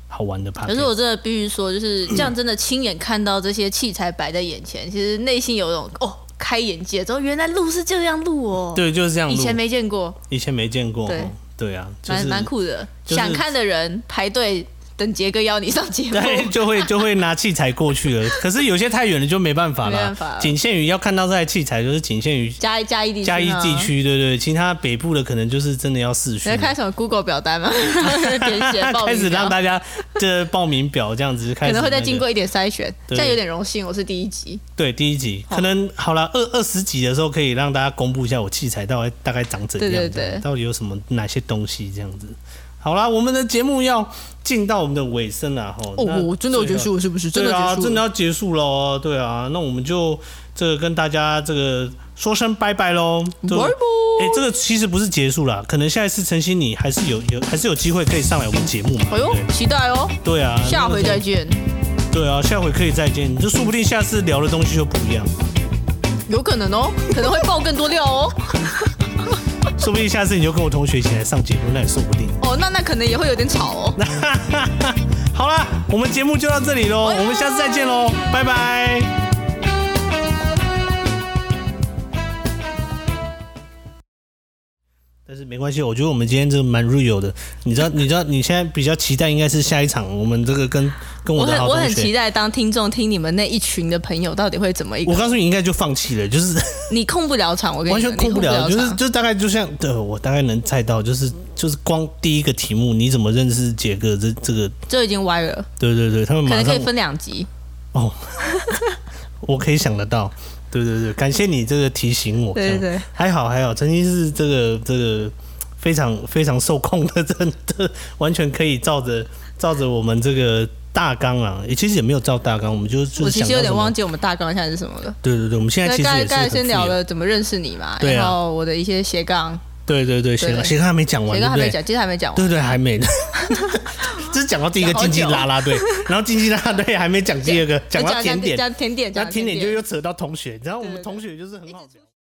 B: 好玩的 p o
A: 可
B: d
A: 是我真的必须说，就是这样，真的亲眼看到这些器材摆在眼前，其实内心有一种哦开眼界，之后原来路是这样路哦，，
B: 对，就是这样录，
A: 以前没见过，
B: 以前没见过，
A: 对
B: 哦对啊，就
A: 蛮
B: 是
A: 蛮 酷的。
B: 就是
A: 想看的人排队等杰哥邀你上节目，
B: 对，就会就会拿器材过去了。可是有些太远了就没办法
A: 没办
B: 啦
A: 法，
B: 仅限于要看到这台器材，就是仅限于
A: 嘉义嘉义地区，啊哦
B: 嘉义地，区，对对，其他北部的可能就是真的要市区
A: 你在。开什么 Google 表单 吗？填写报名表啊
B: 开始让大家这报名表这样子，
A: 可
B: 开始
A: 能会再
B: 那个
A: 经过一点筛选，这
B: 对
A: 样有点荣幸，我是第一集。
B: 对，第一集
A: 好
B: 可能好了，二二十集的时候可以让大家公布一下我器材到底大概长怎样，
A: 对对
B: 这样
A: 对
B: 到底有什么哪些东西这样子。好啦，我们的节目要进到我们的尾声了
A: 哦
B: 吼。那最后
A: 束是不是
B: 对啊，真的
A: 了
B: 要结束了哦，对啊，那我们就这个跟大家这个说声拜拜喽。就
A: 拜拜
B: 哎，这个其实不是结束啦，可能下一次晨曦你还是有有还是有机会可以上来我们节目嘛。
A: 哎呦
B: 对，
A: 期待哦，
B: 对啊，
A: 下回再
B: 见。
A: 见，
B: 对啊，下回可以再见，你就说不定下次聊的东西就不一样。
A: 有可能哦，可能会爆更多料哦。
B: 说不定下次你就跟我同学一起来上节目，那也说不定。
A: 哦，那那可能也会有点吵哦。
B: 好啦，我们节目就到这里喽，我们下次再见喽，拜拜。但是没关系，我觉得我们今天这个蛮 real 的。你知道，你知道，你现在比较期待应该是下一场我们这个跟跟
A: 我
B: 我的
A: 很
B: 好
A: 我
B: 同
A: 很期
B: 学。
A: 待当听众听你们那一群的朋友到底会怎么一个
B: 我，告诉你，应该就放弃了，就是
A: 你控不了场，我跟你
B: 完
A: 讲
B: 全控不
A: 你
B: 了，
A: 控
B: 就
A: 场
B: 是就大概就像，对我大概能猜到，就是就是光第一个题目，你怎么认识杰哥？这这个，
A: 就已经歪了，
B: 对对对，他们
A: 可
B: 马
A: 能可
B: 上
A: 以分两集。
B: 哦， 我可以想得到，对对对，感谢你这个提醒我，
A: 对对
B: 这样
A: 对，
B: 还好还好，曾经是这个这个非常非常受控的，真的完全可以照着照着我们这个大纲啊，也其实也没有照大纲，我们就就
A: 我
B: 是
A: 其
B: 想
A: 实有
B: 到
A: 点
B: 什么
A: 忘，记我们大纲现在是什么了。
B: 对对对，我们现在
A: 那
B: 其实
A: 刚才
B: 也是
A: 刚才
B: 很
A: 先聊
B: free 的，
A: 了怎么认识你嘛，
B: 对啊
A: 然后我的一些斜杠，
B: 对对对，
A: 对
B: 行行，还没讲完，
A: 斜
B: 对
A: 杠
B: 不
A: 还没
B: 对？
A: 讲，其实还没讲完。
B: 对对，还没呢。这是讲到第一个
A: 讲好
B: 竞技
A: 久
B: 啦啦 队，然后竞技啦啦队还没讲第二个，讲到
A: 讲
B: 甜点，
A: 讲甜点，
B: 那
A: 讲
B: 甜
A: 点
B: 点就又扯到同学，然后我
A: 对
B: 们
A: 对
B: 同学就是很好聊。